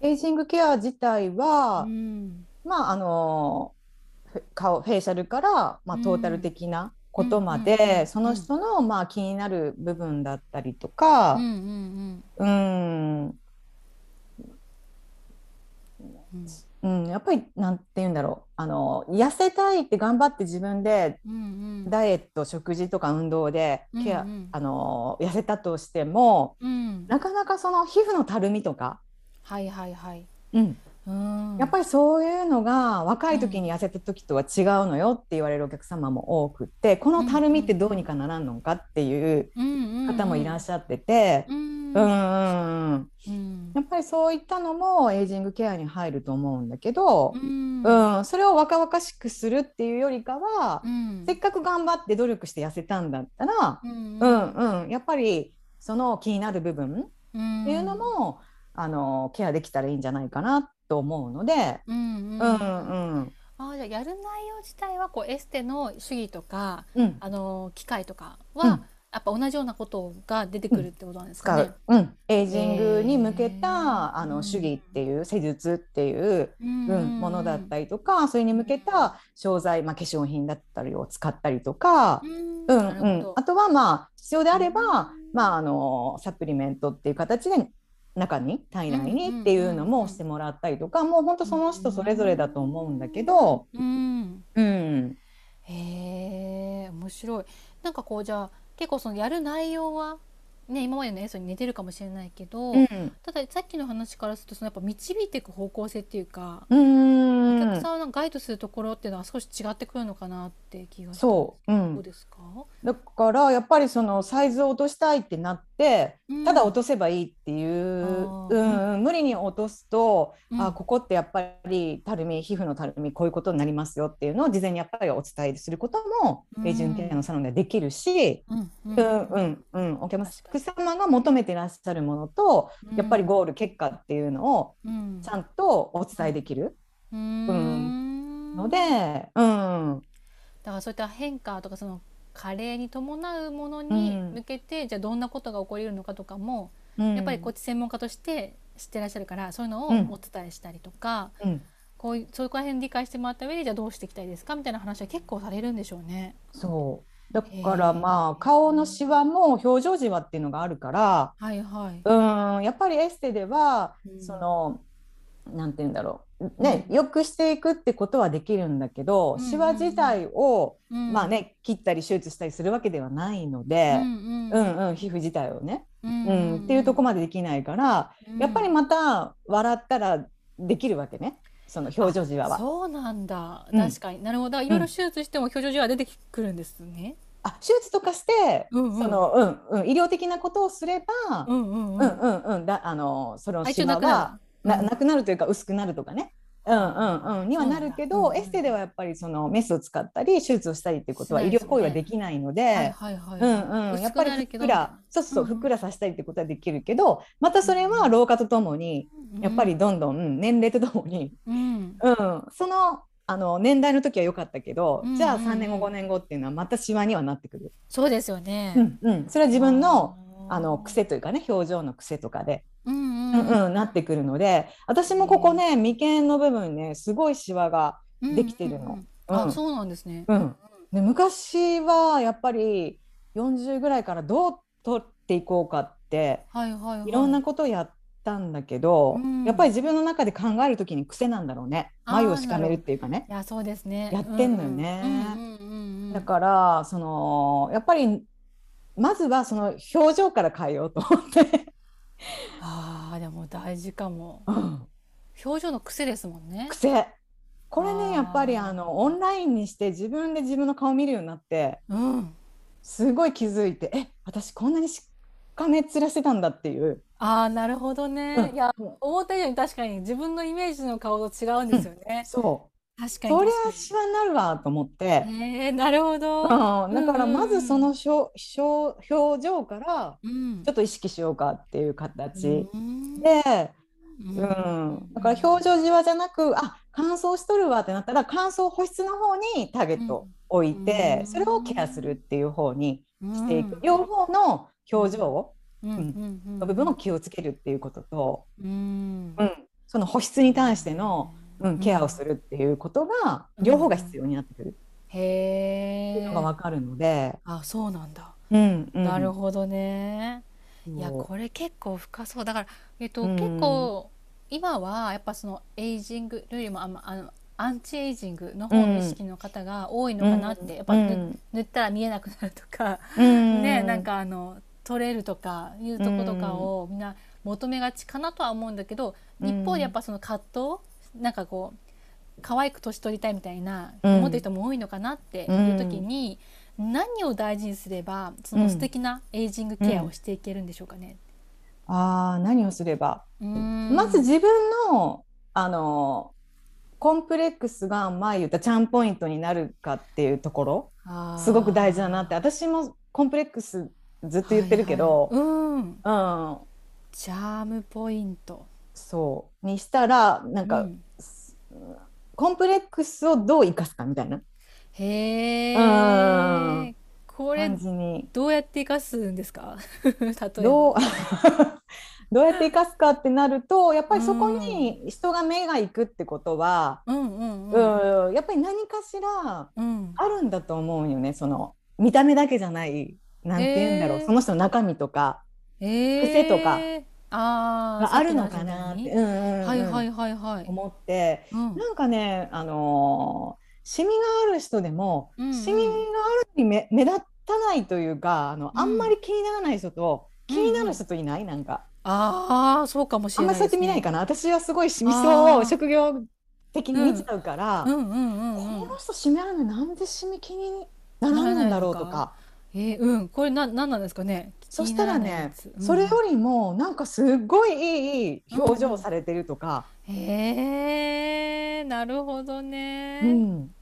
B: エイジングケア自体は、
A: うん
B: まああのふ顔フェイシャルから、まあ、
A: うん
B: トータル的なことま
A: うんうんうんう
B: で
A: ん
B: その人の、まあ、気になる部分だったりとか
A: うんうん
B: うん、うん
A: うん
B: やっぱりなんて言うんだろうあの痩せたいって頑張って自分で
A: うんうん
B: ダイエット食事とか運動でケア、
A: うんうん
B: あの痩せたとしても
A: うん
B: なかなかその皮膚のたるみとか、
A: はいはいはい。
B: うん、
A: うん
B: やっぱりそういうのが若い時に痩せた時とは違うのよって言われるお客様も多くてこのたるみってどうにかならんのかっていう
A: り
B: 方もいらっ
A: し
B: しゃってて
A: ゃる。うん
B: うんう
A: うん
B: んうん
A: うん
B: やっぱりそういったのもエイジングケアに入ると思うんだけど
A: う、ん
B: うん、それを若々しくするっていうよりかは
A: うん
B: せっかく頑張って努力して痩せたんだったら
A: う、ん
B: う
A: うん
B: んうん、やっぱりその気になる部分っていうのもあのケアできたらいいんじゃないかなと思うので。
A: うんうん
B: うん
A: あ
B: うん
A: ーじゃあやる内容自体はこうエステの主義とか
B: うん、
A: あのー機械とか
B: うん
A: はやっぱ同じようなことが出てくるってことなんですか
B: 使
A: ね
B: う。、うん、エイジングに向け
A: へ
B: た、
A: ー
B: あ
A: うん
B: の手技っていう施術っていう、
A: うん
B: うんものだったりとかそれに向けた商材、まあ、化粧品だったりを使ったりとか、
A: うん
B: うんう
A: なるほ
B: ん
A: ど
B: あとはまあ必要であれば、
A: うん
B: まあ、あのサプリメントっていう形で中に体内
A: うん
B: にっていうのもしてもらったりとか、もう本当その人それぞれだと思うんだけど、
A: うん
B: うん、
A: へえ面白い。なんかこうじゃあ結構そのやる内容はね今までの演奏に似てるかもしれないけど
B: うん
A: たださっきの話からするとそのやっぱ導いていく方向性っていうか
B: うん
A: お客さんをなんかガイドするところっていうのは少し違ってくるのかなって気がしたん
B: そ
A: です
B: う、うん
A: どう、ですか、
B: だからやっぱりそのサイズを落としたいってなって、
A: うん
B: ただ落とせばいいっていう、
A: あー
B: うんうん無理に落とすと、
A: うん
B: あここってやっぱりたるみ皮膚のたるみこういうことになりますよっていうのを事前にやっぱりお伝えすることも、
A: うん
B: エイジングケアのサロンではできるし、
A: うんうん
B: うんうんうん、お客様が求めてらっしゃるものと、やっぱりゴール結果っていうのを
A: うん
B: ちゃんとお伝えできる
A: うんうん
B: ので、うん
A: だからそういった変化とかその加齢に伴うものに向けて、じゃあどんなことが起こり得るのかとかも、
B: うん
A: やっぱりこっち専門家として知ってらっしゃるからそういうのを
B: うん
A: お伝えしたりとか、
B: うん
A: こういうそういうこら辺理解してもらった上でじゃあどうしていきたいですかみたいな話は結構されるんでしょうね。
B: そうだ
A: へ
B: か
A: ー
B: らまあ顔のシワも表情シワっていうのがあるから
A: はいはい。
B: うんやっぱりエステでは、
A: うん
B: そのなんて言うんだろうねよくしていくってことはできるんだけど、
A: うん
B: シワ自体を、
A: うん
B: まあ。ね切ったり手術したりするわけではないの
A: う
B: で、
A: ん
B: うんうん皮膚自体をね、
A: うん
B: うんっていうとこまでできないから、やっぱりまた笑ったらできるわけねその表情シワは。
A: そうなんだ、
B: うん
A: 確かになるほどいろいろ手術しても表情上は出てくるんですね。
B: あ手術とかして、
A: うんうん
B: そのうんうん、医療的なことをすれば、
A: うんうんう
B: うん
A: ん。
B: うんうん、だあのその
A: あ一応
B: シワ
A: なくなる
B: はな
A: うん
B: なくなるというか薄くなるとかね。うんうんうん、には
A: そうな
B: な
A: だ
B: んるけ
A: う
B: ど、
A: んうん
B: エステではやっぱりそのメスを使ったり手術をしたりっていうこと
A: し
B: は医
A: ないですよ
B: 療
A: ね
B: 行為はできないので、
A: はいはいはい。
B: うんうん、やっぱりふっくらそうそう、
A: うんうん
B: ふっくらさせたりってことはできるけどまたそれは老化とともにやっぱりどんどん、うん年齢とともに、
A: うん、
B: うん、そのあの年代の時は良かったけ
A: うん
B: ど、
A: うんうん
B: じゃあ3年後5年後っていうのはまたシワにはなってくる、
A: そうですよね。
B: うんうん、それは自分のあの癖というかね表情の癖とかで、
A: うん
B: う
A: うんんうん
B: うん、なってくるので私もここね眉間の部分ねすごいシワが、
A: うん
B: できてるの
A: うんうん
B: うん
A: あ、そうなんですね。
B: うん、で昔はやっぱり40ぐらいからどう取っていこうかって
A: はいはいはい。
B: いろんなことをやったんだけど、
A: うん
B: やっぱり自分の中で考えるときに癖なんだろうね
A: あー
B: 眉をしかめるっていうかね
A: いやそうですね。
B: やってんのよね
A: うんうんうんうんうん
B: だからそのやっぱりまずはその表情から変え ようと思って、
A: ああでも大事かも。
B: うん
A: 表情の癖ですもんね。
B: 癖これ
A: あー
B: ねやっぱりあのオンラインにして自分で自分の顔見るようになって
A: うん。
B: すごい気づいてえ私こんなにしっかめっ面してたんだっていう
A: ああなるほどね。
B: うん
A: いや思った以上に確かに自分のイメージの顔と違うんですよね。
B: そ
A: 確
B: う
A: かに。
B: そり
A: 確か
B: ゃシワになるわと思って
A: に。えー、なるほど。
B: うん、だから
A: うんうんうん
B: まずそのしょしょ表情から
A: うん
B: ちょっと意識しようかっていう形
A: うん
B: で、
A: う
B: うんんだから表情じわじゃなくあ乾燥しとるわってなったら乾燥保湿の方にターゲットを置いて、
A: うん
B: それをケアするっていう方にしていく、
A: うん
B: 両方の表情を
A: うんうんうん
B: の部分を気をつけるっていうことと、
A: うん
B: うんその保湿に対しての、うん、ケアをするっていうことが両方が必要になってくるって
A: へ
B: いう
A: え
B: のが分かるので、
A: あそうなんだ、
B: うんうん
A: なるほどねいや
B: そう
A: これ結構深そうだから、えっと
B: うん
A: 結構今はやっぱそのエイジングよりもあまあのアンチエイジングの方の意識の方が多いのかなって、やっぱ
B: う
A: 塗,、
B: ん
A: 塗ったら見えなくなるとか、
B: う ん
A: ねなんかあの取れるとかいうとことかをみんな求めがちかなとは思うんだけど、
B: うん
A: 一方でやっぱその葛藤なんかこう可愛く年取りたいみたいな
B: うん
A: 思ってる人も多いのかなっていう時に、何を大事にすればその素敵なエイジングケアをしていけるんでしょうかね。
B: あー何をすればま
A: ま
B: ず自分のあのコンプレックスが前言ったチャームポイントになるかっていうところすごく大事だなって私もコンプレックスずっと言ってるけど、
A: はいはいうん、
B: うん
A: チャームポイント
B: そうにしたらなんか、
A: うん
B: すコンプレックスをどう生かすかみたいな
A: へえ、
B: うん
A: これ
B: 感じに
A: どうやって生かすんですか 例えば
B: どう どうやって生かすかってなるとやっぱりそこに人が目が行くってことは、
A: うんうんうん
B: うんやっぱり何かしら
A: うん
B: あるんだと思うよねその見た目だけじゃないなんて言うんだろう、
A: えー
B: その人の中身とか
A: 癖
B: とか
A: あー
B: があるのかなって、
A: 先
B: うんうんうん
A: の話にはいはいはいはい。
B: 思って
A: うん
B: なんかねあのーシミがある人でも、
A: うんうん
B: シミがあるに目目立たないというかあの
A: うん
B: あんまり気にならない人と、気になる人といないなんか
A: ああそうかもし
B: あん
A: れな
B: ま
A: い
B: り
A: です、ね。
B: そうやって見ないかな私はすごいシミ
A: あ
B: そ
A: ー
B: う職業的に見ちゃうから、
A: うんうんうんう
B: こ
A: ん。
B: の人シミあるのになんでシミ気にならないんだろう
A: ならない
B: と
A: の
B: か
A: えー、うんこれなんなんなんですかね。
B: そしたら
A: 気になないや
B: ね
A: つ、
B: それよりもなんかすっごいいい表情をされてるとか、
A: うん、へえなるほどね。
B: うん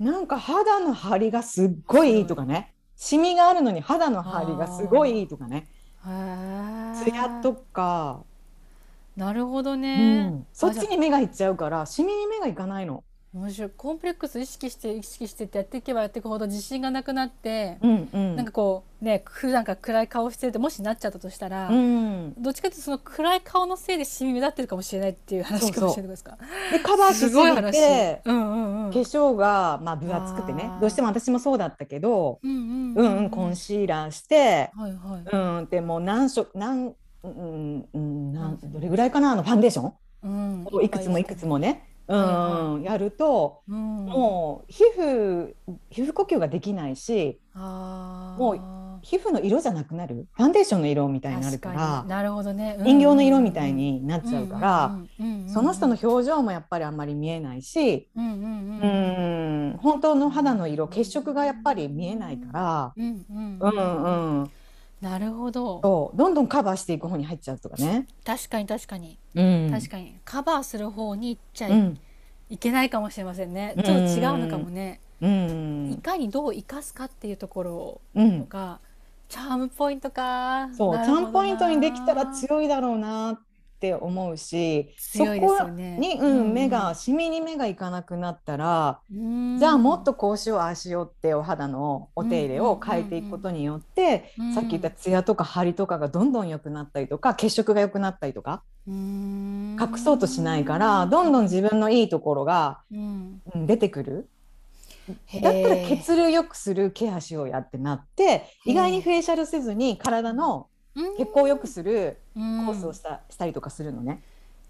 B: なんか肌の張りがすっごいいいとかね、シミがあるのに肌の張りがすごいいいとかね、
A: へえ。
B: ツヤとか、
A: なるほど
B: う
A: ね。
B: ん、そっちに目がいっちゃうから、シミに目がいかないの。
A: 面白いコンプレックス意識して意識してってやっていけばやっていくほど自信がなくなって、
B: うんうん
A: なんかこうね普段から暗い顔してるってもしなっちゃったとしたら。
B: うん、
A: どっちかというとその暗い顔のせいでシミ目立ってるかもしれないっていう話かもしれないですか。
B: でカバーしす
A: すごい
B: ぎ
A: 話。
B: て
A: うんうんうん。
B: 化粧が、まあ、分厚くてね
A: あー
B: どうしても私もそうだったけど、
A: うん
B: うんうん、コンシーラーして、
A: はいはい。
B: うん、でも何色何、うんうん、な
A: 何
B: ん
A: 色
B: どれぐらいかなあのファンデーション
A: うん
B: をいくつもいくつ。もね、う
A: はい
B: ん、やると
A: うん。
B: もう皮膚皮膚呼吸ができないし
A: ああ。
B: もう皮膚の色じゃなくなるファンデーションの色みたいになる
A: 確
B: か
A: かに。
B: ら
A: なるほどね。
B: 人形の色みたいになっ
A: な
B: ちゃうから。その人の
A: 人。
B: 表情もやっぱりあんまり見えないし、
A: うんうん
B: う
A: うん。
B: ん、本当の肌の色血色がやっぱり見えないか
A: うんうん
B: ら、うんうん、
A: なるほど
B: そうどんどんカバーしていく方に入っちゃうとかね。
A: 確かに確かに
B: うん
A: 確かにカバーする方に行っちゃ
B: う
A: い
B: ん
A: いけないかもしれませんね
B: うん
A: ちょっと違うのかもね
B: うん
A: いかにどう生かすかっていうところを
B: うん、
A: がチャームポイントか
B: そう、チャームポイントにできたら強いだろうなっって思うしそ
A: 強いですよ
B: こ
A: ね。
B: に、うん、目がシミに目がいかなくなったら、
A: うん、
B: じゃあもっとこうしようああしようってお肌のお手入れを変えていくことによって、
A: うん
B: さっき言ったツヤとかハリとかがどんどん良くなったりとか血色が良くなったりとか
A: うん
B: 隠そうとしないから、どんどん自分のいいところが、
A: うん
B: うん出てくる。
A: へー
B: だったら血流良くするケアしようやってなって
A: うん
B: 意外にフェイシャルせずに体の
A: うん
B: 血行を良くするコ
A: うん
B: ースをした,、したりとかするのね、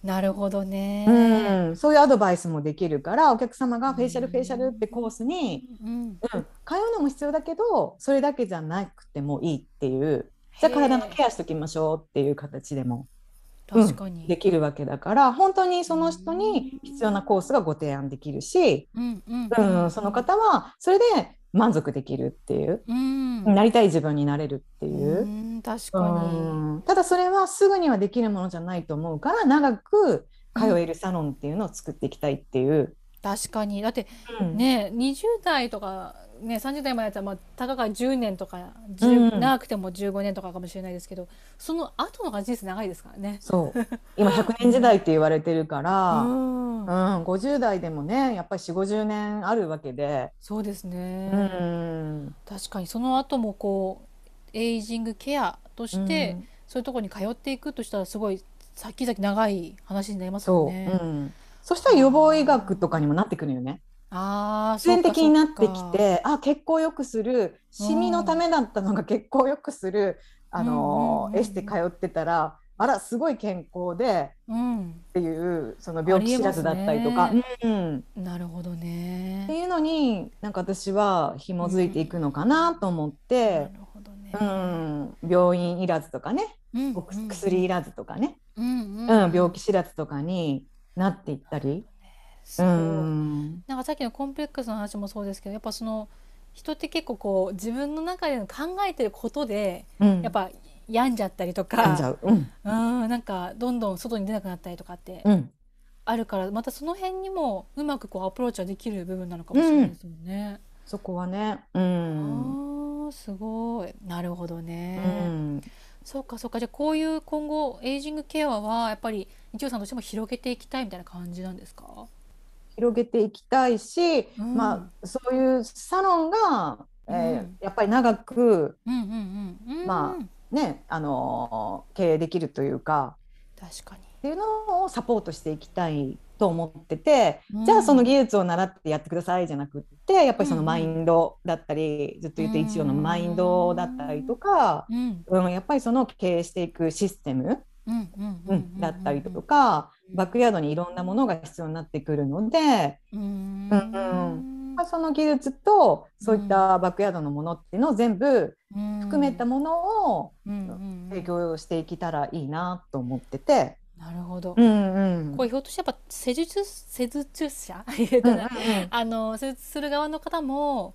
A: なるほどね。
B: うん、そういうアドバイスもできるからお客様がフェイシャル
A: うん
B: フェイシャルってコースに、
A: うん
B: うん、通うのも必要だけどそれだけじゃなくてもいいっていうじゃあ体のケアしときましょうっていう形でもうん
A: 確かに。
B: できるわけだから本当にその人に必要なコースがご提案できるし、
A: うんうん
B: うん、その方はそれで満足できるっていう。
A: うん
B: なりたい自分になれるっていうう。
A: ん確
B: う
A: かに。
B: んただそれはすぐにはできるものじゃないと思うから長く通えるサロンっていうのを作っていきたいっていう。
A: 確かに。だって
B: うん
A: ね、20代とかね、30代までやったらまあたかが10年とか、
B: う
A: 10
B: ん
A: 長くても15年とかかもしれないですけど、その後の方が人生長いですからね。
B: そう今100年時代って言われてるから、うん
A: うん
B: 50代でもねやっぱり450年あるわけで、
A: そうですね。
B: うん、
A: 確かにその後もこうエイジングケアとして、そういうところに通っていくとしたらすごい先々長い話になりますよ
B: そう、
A: ね。
B: うん、そしたら予防医学とかにもなってくるよね。
A: ああ、
B: 必然的になって
A: そ
B: き
A: うか
B: てあ血行良くするシミのためだったのが血行良くする、あ
A: うんうんう
B: の
A: んうん
B: エステ通ってたらあらすごい健康で
A: そうかうん、
B: っていうその病気知らずだったりとか、
A: あり
B: うんっ
A: なるほど
B: て
A: ね。
B: いうのになんか私は紐づいていくのかなと思っ
A: な
B: て
A: る、ほどね
B: う。ん病院いらずとかね
A: うん
B: お薬い、らずとかね、
A: うんう
B: うんん病気知らずとかになっていったり。
A: そううんなんかさっきのコンプレックスの話もそうですけど、やっぱその人って結構こう自分の中での考えてることで、
B: うん、
A: やっぱ病んじゃったりと
B: 噛んじ
A: か、
B: ゃう、うん
A: うんなんかどんどん外に出なくなったりとかって
B: うん、
A: あるからまたその辺にもうまくこうアプローチはできる部分なのかもしれないですもんね。
B: そこはね、うん
A: ああすごいなるほど
B: う
A: ね。
B: ん、
A: そうかそうかじゃあこういう今後エイジングケアはやっぱり一応さんとしても広げていきたいみたいな感じなんですか
B: 広げていきたいし、
A: うん
B: まあそういうサロンが、えー
A: うん
B: やっぱり長く
A: うんうんうんうん
B: まねあのー経営できるというか
A: 確かに
B: っていうのをサポートしていきたいと思ってて、
A: うん
B: じゃあその技術を習ってやってくださいじゃなくってやっぱりその
A: うん
B: マインドだったり、ずっと言って一応のマインドだったりとか、
A: うん
B: うん、やっぱりその経営していくシステム、
A: うんうん
B: うんだったりとか、バックヤードにいろんなものが必要になってくるので、
A: うん
B: うん
A: うん
B: まあその技術とそういったバックヤードのものっていうのを全部含めたものを
A: うんうんうん
B: 提供していけたらいいなと思ってて。
A: なるほど
B: うんうん
A: これひょっとしてやっぱ施術施術者 言え
B: う
A: た
B: んう
A: なんあの施術する側の方も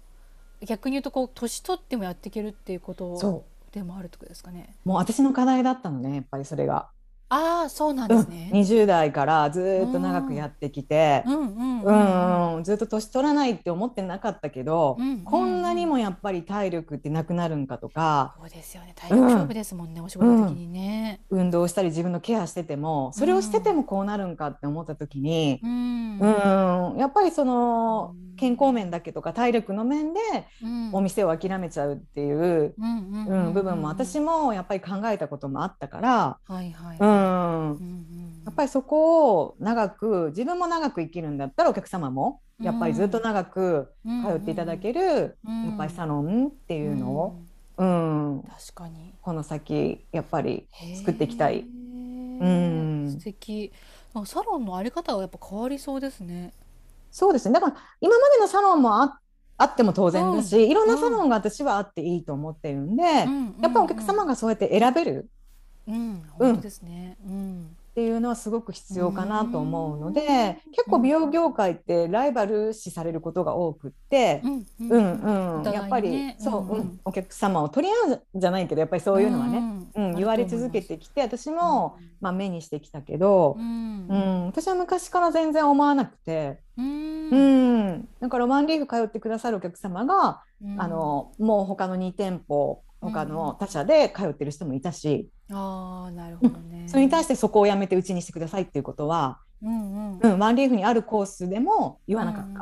A: 逆に言うとこう年取ってもやっていけるっていうこ
B: うん
A: と
B: そ
A: でもあるってことですかね。
B: うもう私の課題だったのねやっぱりそれが、
A: ああそうなん
B: うん、
A: ですね。
B: 20代からずーっと長くやってきて
A: う、んうん
B: うんうんうんずっと年取らないって思ってなかったけど、
A: うんうん
B: こんなにもやっぱり体力ってなくなるんかとか、
A: そうですよね体力勝負ですもんね、お仕事的にね。
B: 運動したり自分のケアしててもそれをしててもこうなるんかって思った時に、
A: うん
B: うん、やっぱりその
A: うん
B: 健康面だけとか体力の面で
A: うん
B: お店を諦めちゃうっていう、
A: うんうん
B: うん、部分も私もやっぱり考えたこともあったから、
A: はいはい。
B: うん、
A: ん
B: やっぱりそこを長く自分も長く生きるんだったらお客様もやっぱりずっと長く
A: り
B: 通っていただ
A: るっ
B: ける、
A: うんうん
B: やっぱりサロンって
A: て
B: いうのを、うん、
A: 確かに
B: この先やっぱり
A: へー
B: 作っていきたい。うん
A: 素敵。なんかサロンのあり方はやっぱ変わりそうですね。
B: そうですね。だから今までのサロンもああっても当然だし、いろんなサロンが私はあっていいと思ってるんで、やっぱお客様
A: が、
B: がそうやって選べる
A: うん、本当ですね。うん、
B: っていうのはすごく必要かなと思うので、結構美容業界ってライバル視されることが多くって、
A: うん、う
B: うんん、うん
A: お互いにね
B: やっぱり、そう、
A: うんうん
B: うんお客様を取り合うじゃないけど、やっぱりそういうのはね、うん
A: ん
B: 言われ続けてきて、私も、まあ、目にしてきたけど
A: う、ん、
B: うん私は昔から全然思わなくて、
A: うん
B: う
A: うん
B: ん、だからワンリーフ通ってくださるお客様が、あのもう他の2店舗他の他社で通ってる人もいたし、
A: ああなるほどね。
B: それに対
A: し
B: してそこをやめてうちにしてくださいっていうことは、
A: て、うんうん、
B: うん、ワンリーフにあるコースでも言わなかった。
A: うん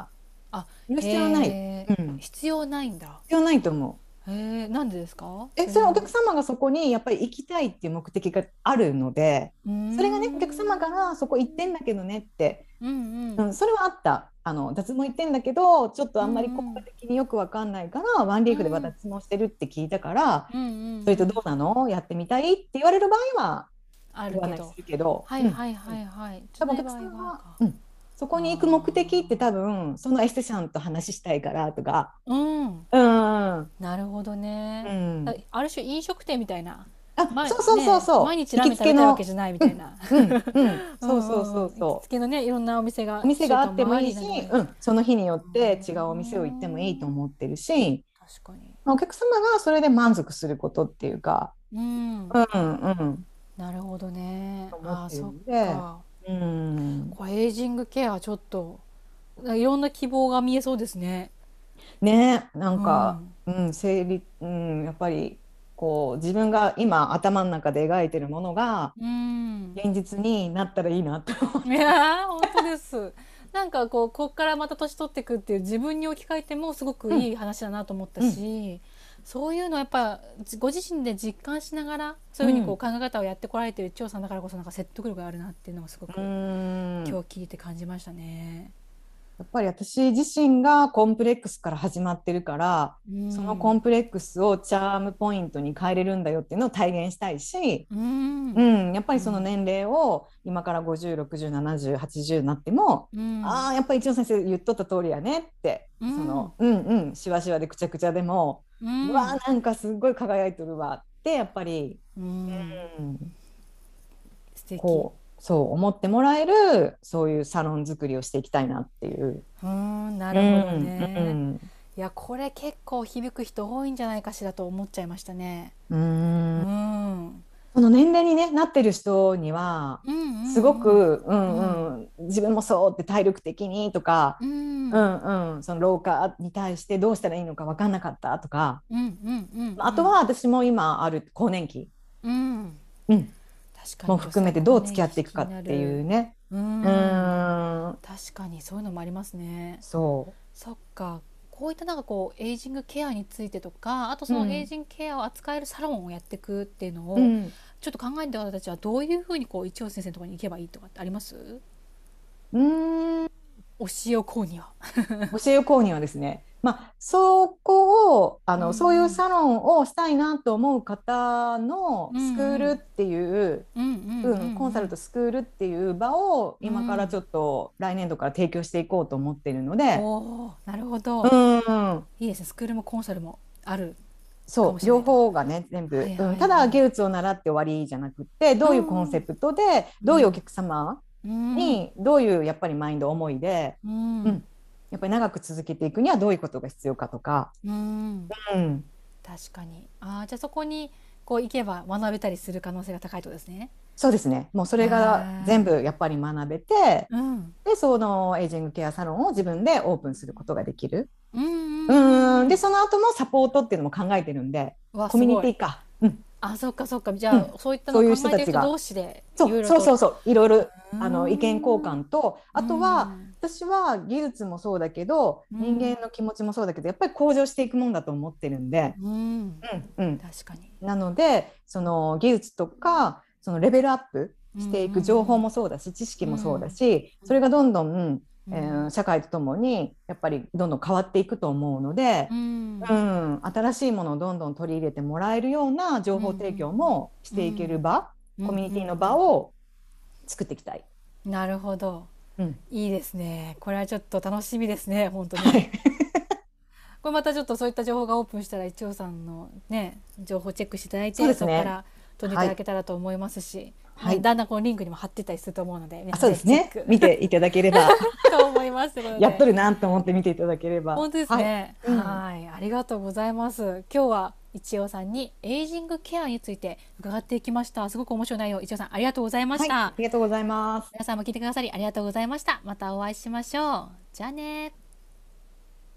A: あ
B: 言う必要ない、
A: へ
B: う
A: ー
B: ん、必
A: 必要ないんだ。
B: 要ないと思う。
A: へえなんでですか？
B: えそれはお客様がそこにやっぱり行きたいっていう目的があるので
A: うん
B: それがねお客様からそこ行ってんだけどねって、
A: うんう。
B: うんん、それはあったあの脱毛行ってんだけどちょっとあんまり効果的によくわかんないからワンリーフでは脱毛してるって聞いたから
A: うんうん。
B: それとどうなのやってみたいって言われる場合は
A: ある
B: 言わ
A: け
B: ない
A: ど
B: す。るけど
A: はいはいはいはい。
B: 多分お
A: そ
B: 客
A: れは
B: さ
A: 意
B: ん
A: 外
B: は
A: か、
B: うん、そこに行く目的って多分そのエステさんと話したいからとか
A: うん。
B: うん、う
A: なるほどね。
B: ん、
A: だある種飲食店みたいな。
B: あ
A: ま
B: そうそうそうそう、
A: ね毎日ラーメン食べたいわけじゃないみたいな。
B: うんうん、 そうそうそう
A: うんんん行
B: そ
A: き
B: う
A: つ。けのねいろんなお店が
B: お店があってもいいし、
A: 習慣もありなが
B: う
A: ら
B: ん、その日によって違うお店を行ってもいいと思ってるし、
A: 確かに。
B: お客様がそれで満足することっていうか、
A: うん。
B: うんうん、
A: なるほどね。
B: と思
A: あ
B: っ
A: あ
B: てる
A: そっ
B: んで
A: か。
B: うん、
A: こうエイジングケアちょっといろんな希望が見えそうですね。
B: ね、なんか、うん、整理、うん、やっぱりこう自分が今頭の中で描いてるものが
A: うん。
B: 現実になったらいいなって思う。
A: いやー本当です。 なんかこうこっからまた年取っていくっていう自分に置き換えてもすごくいい話だなと思ったし、そういうのやっぱご自身で実感しながらそういうふうにこう考え方をやってこられてる調査だからこそなんか説得力があるなっていうのがすごく
B: う
A: 今
B: ん
A: 日聞いて感じましたね。
B: やっぱり私自身がコンプレックスから始まってるから、そのコンプレックスをチャームポイントに変えれるんだよっていうのを体現したいし、
A: うん、
B: う、ん、やっぱりその年齢を今から50607080になっても、
A: うん、
B: ああやっぱり一応先生言っとった通りやねって、
A: うん
B: そのうんうんしわしわでくちゃくちゃでも、
A: う、
B: うんわあなんかすごい輝いとるわってやっぱり、
A: うん、
B: うん
A: 素敵。
B: こうそう思ってもらえるそういうサロン作りをしていきたいなっていう。
A: うん、なるほどね。
B: うん
A: いやこれ結構響く人多いんじゃないかしらと思っちゃいましたね。
B: うんうん
A: うん、うん
B: その年齢に、ね、なってる人には
A: うんうん
B: すご、く、うんうん自分もそうって体力的にとか、
A: うん、
B: う、んうん、その老化に対してどうしたらいいのか分かんなかったとか、
A: うんうんうん、
B: あとは私も今ある更年期
A: うん、
B: うん
A: 確かに
B: も含めてどう付き合っていくかっていう。ね。
A: うん、
B: うーん
A: 確かにそういうのもありますね。
B: そ
A: そっか。こういったなんかこうエイジングケアについてとか、あとその
B: うん
A: エイジングケアを扱えるサロンをやっていくっていうのを、
B: う、うん
A: ちょっと考えた方たちはどういうふうにこう一応先生のところに行けばいいとかってあります？
B: うーん
A: 教えをこうには。
B: 教え購入はですね、まあ、そこをあの、
A: うん
B: そういうサロンをしたいなと思う方の
A: うんうん
B: スクールっていう、
A: うんうんうん、
B: うん、コンサルトスクールっていう場を今からちょっと来年度から提供していこうと思っているので、
A: おお、なるほど、
B: うん、
A: いいですね。スクールもコンサルもある。か
B: そ
A: も
B: う
A: しれない
B: 両方がね全部、
A: はいはいはい
B: うん、ただ技術を習って終わりじゃなくってどういうコンセプトで、どういうお客様
A: うん
B: に、どういうやっぱりマインド思いで
A: うん、
B: うんやっぱり長く続けていくにはどういうことが必要かとか、
A: うん
B: うん、
A: 確かに。ああ、じゃあそこにこう行けば学べたりする可能性が高いとですね。
B: そうですねもうそれ
A: あ
B: が
A: ー
B: 全部やっぱり学べて
A: うん、
B: でそのエイジングケアサロンを自分でオープンすることができる。
A: うん、
B: うんでその後もサポートっていうのも考えてるんで。
A: わ
B: コミュニ
A: す
B: テ
A: ごい
B: ィか。うん、
A: あ、そっかそっか。じゃあ、そういったの
B: そうい
A: を
B: う
A: 考
B: 人
A: えて
B: た
A: る
B: ち
A: 人
B: が
A: 同士でい
B: そ
A: ろいうろ
B: そうそう
A: う。
B: そういろいろ
A: うん
B: あの意見交換とあとは私は技術もそうだけど
A: うん
B: 人間の気持ちもそうだけどやっぱり向上していくもんだと思ってるんで、
A: うん、うん、
B: うんうん、
A: 確かに。
B: なのでその技術とかそのレベルアップしていく情報もそうだし知識もそうだしそれがどんどん、えー社会とともにやっぱりどんどん変わっていくと思うので
A: う、ん、
B: う、ん、新しいものをどんどん取り入れてもらえるような情報提供もしていける場、コミュニティの場
A: を。
B: を作っていきたい。
A: なるほど。
B: うん
A: いいですね。これはちょっと楽しみですね。本当に。
B: はい
A: これまたちょっとそういった情報がオープンしたら一応さんのね情報チェックしていただいて
B: そうですね
A: こから飛んでいただけたらと思いますし、
B: はい
A: だんだんこのリンクにも貼ってたりすると思うので皆
B: あ
A: さ
B: そ
A: ん
B: うです
A: ぜひ
B: ね
A: チェック
B: 見ていただけ れば
A: と思いますということで
B: やっとるなと思って見ていただければ
A: 本当ですね。
B: はいうん
A: はい、ありがとうございます。今日は一応さんにエイジングケアについて伺っていきました。すごく面白い内容一応さんありがとうございま
B: は
A: し
B: い、
A: た。
B: はいありがとうございます
A: 皆さんも聞いてくださりありがとうございました。またお会いしましょう。じゃあね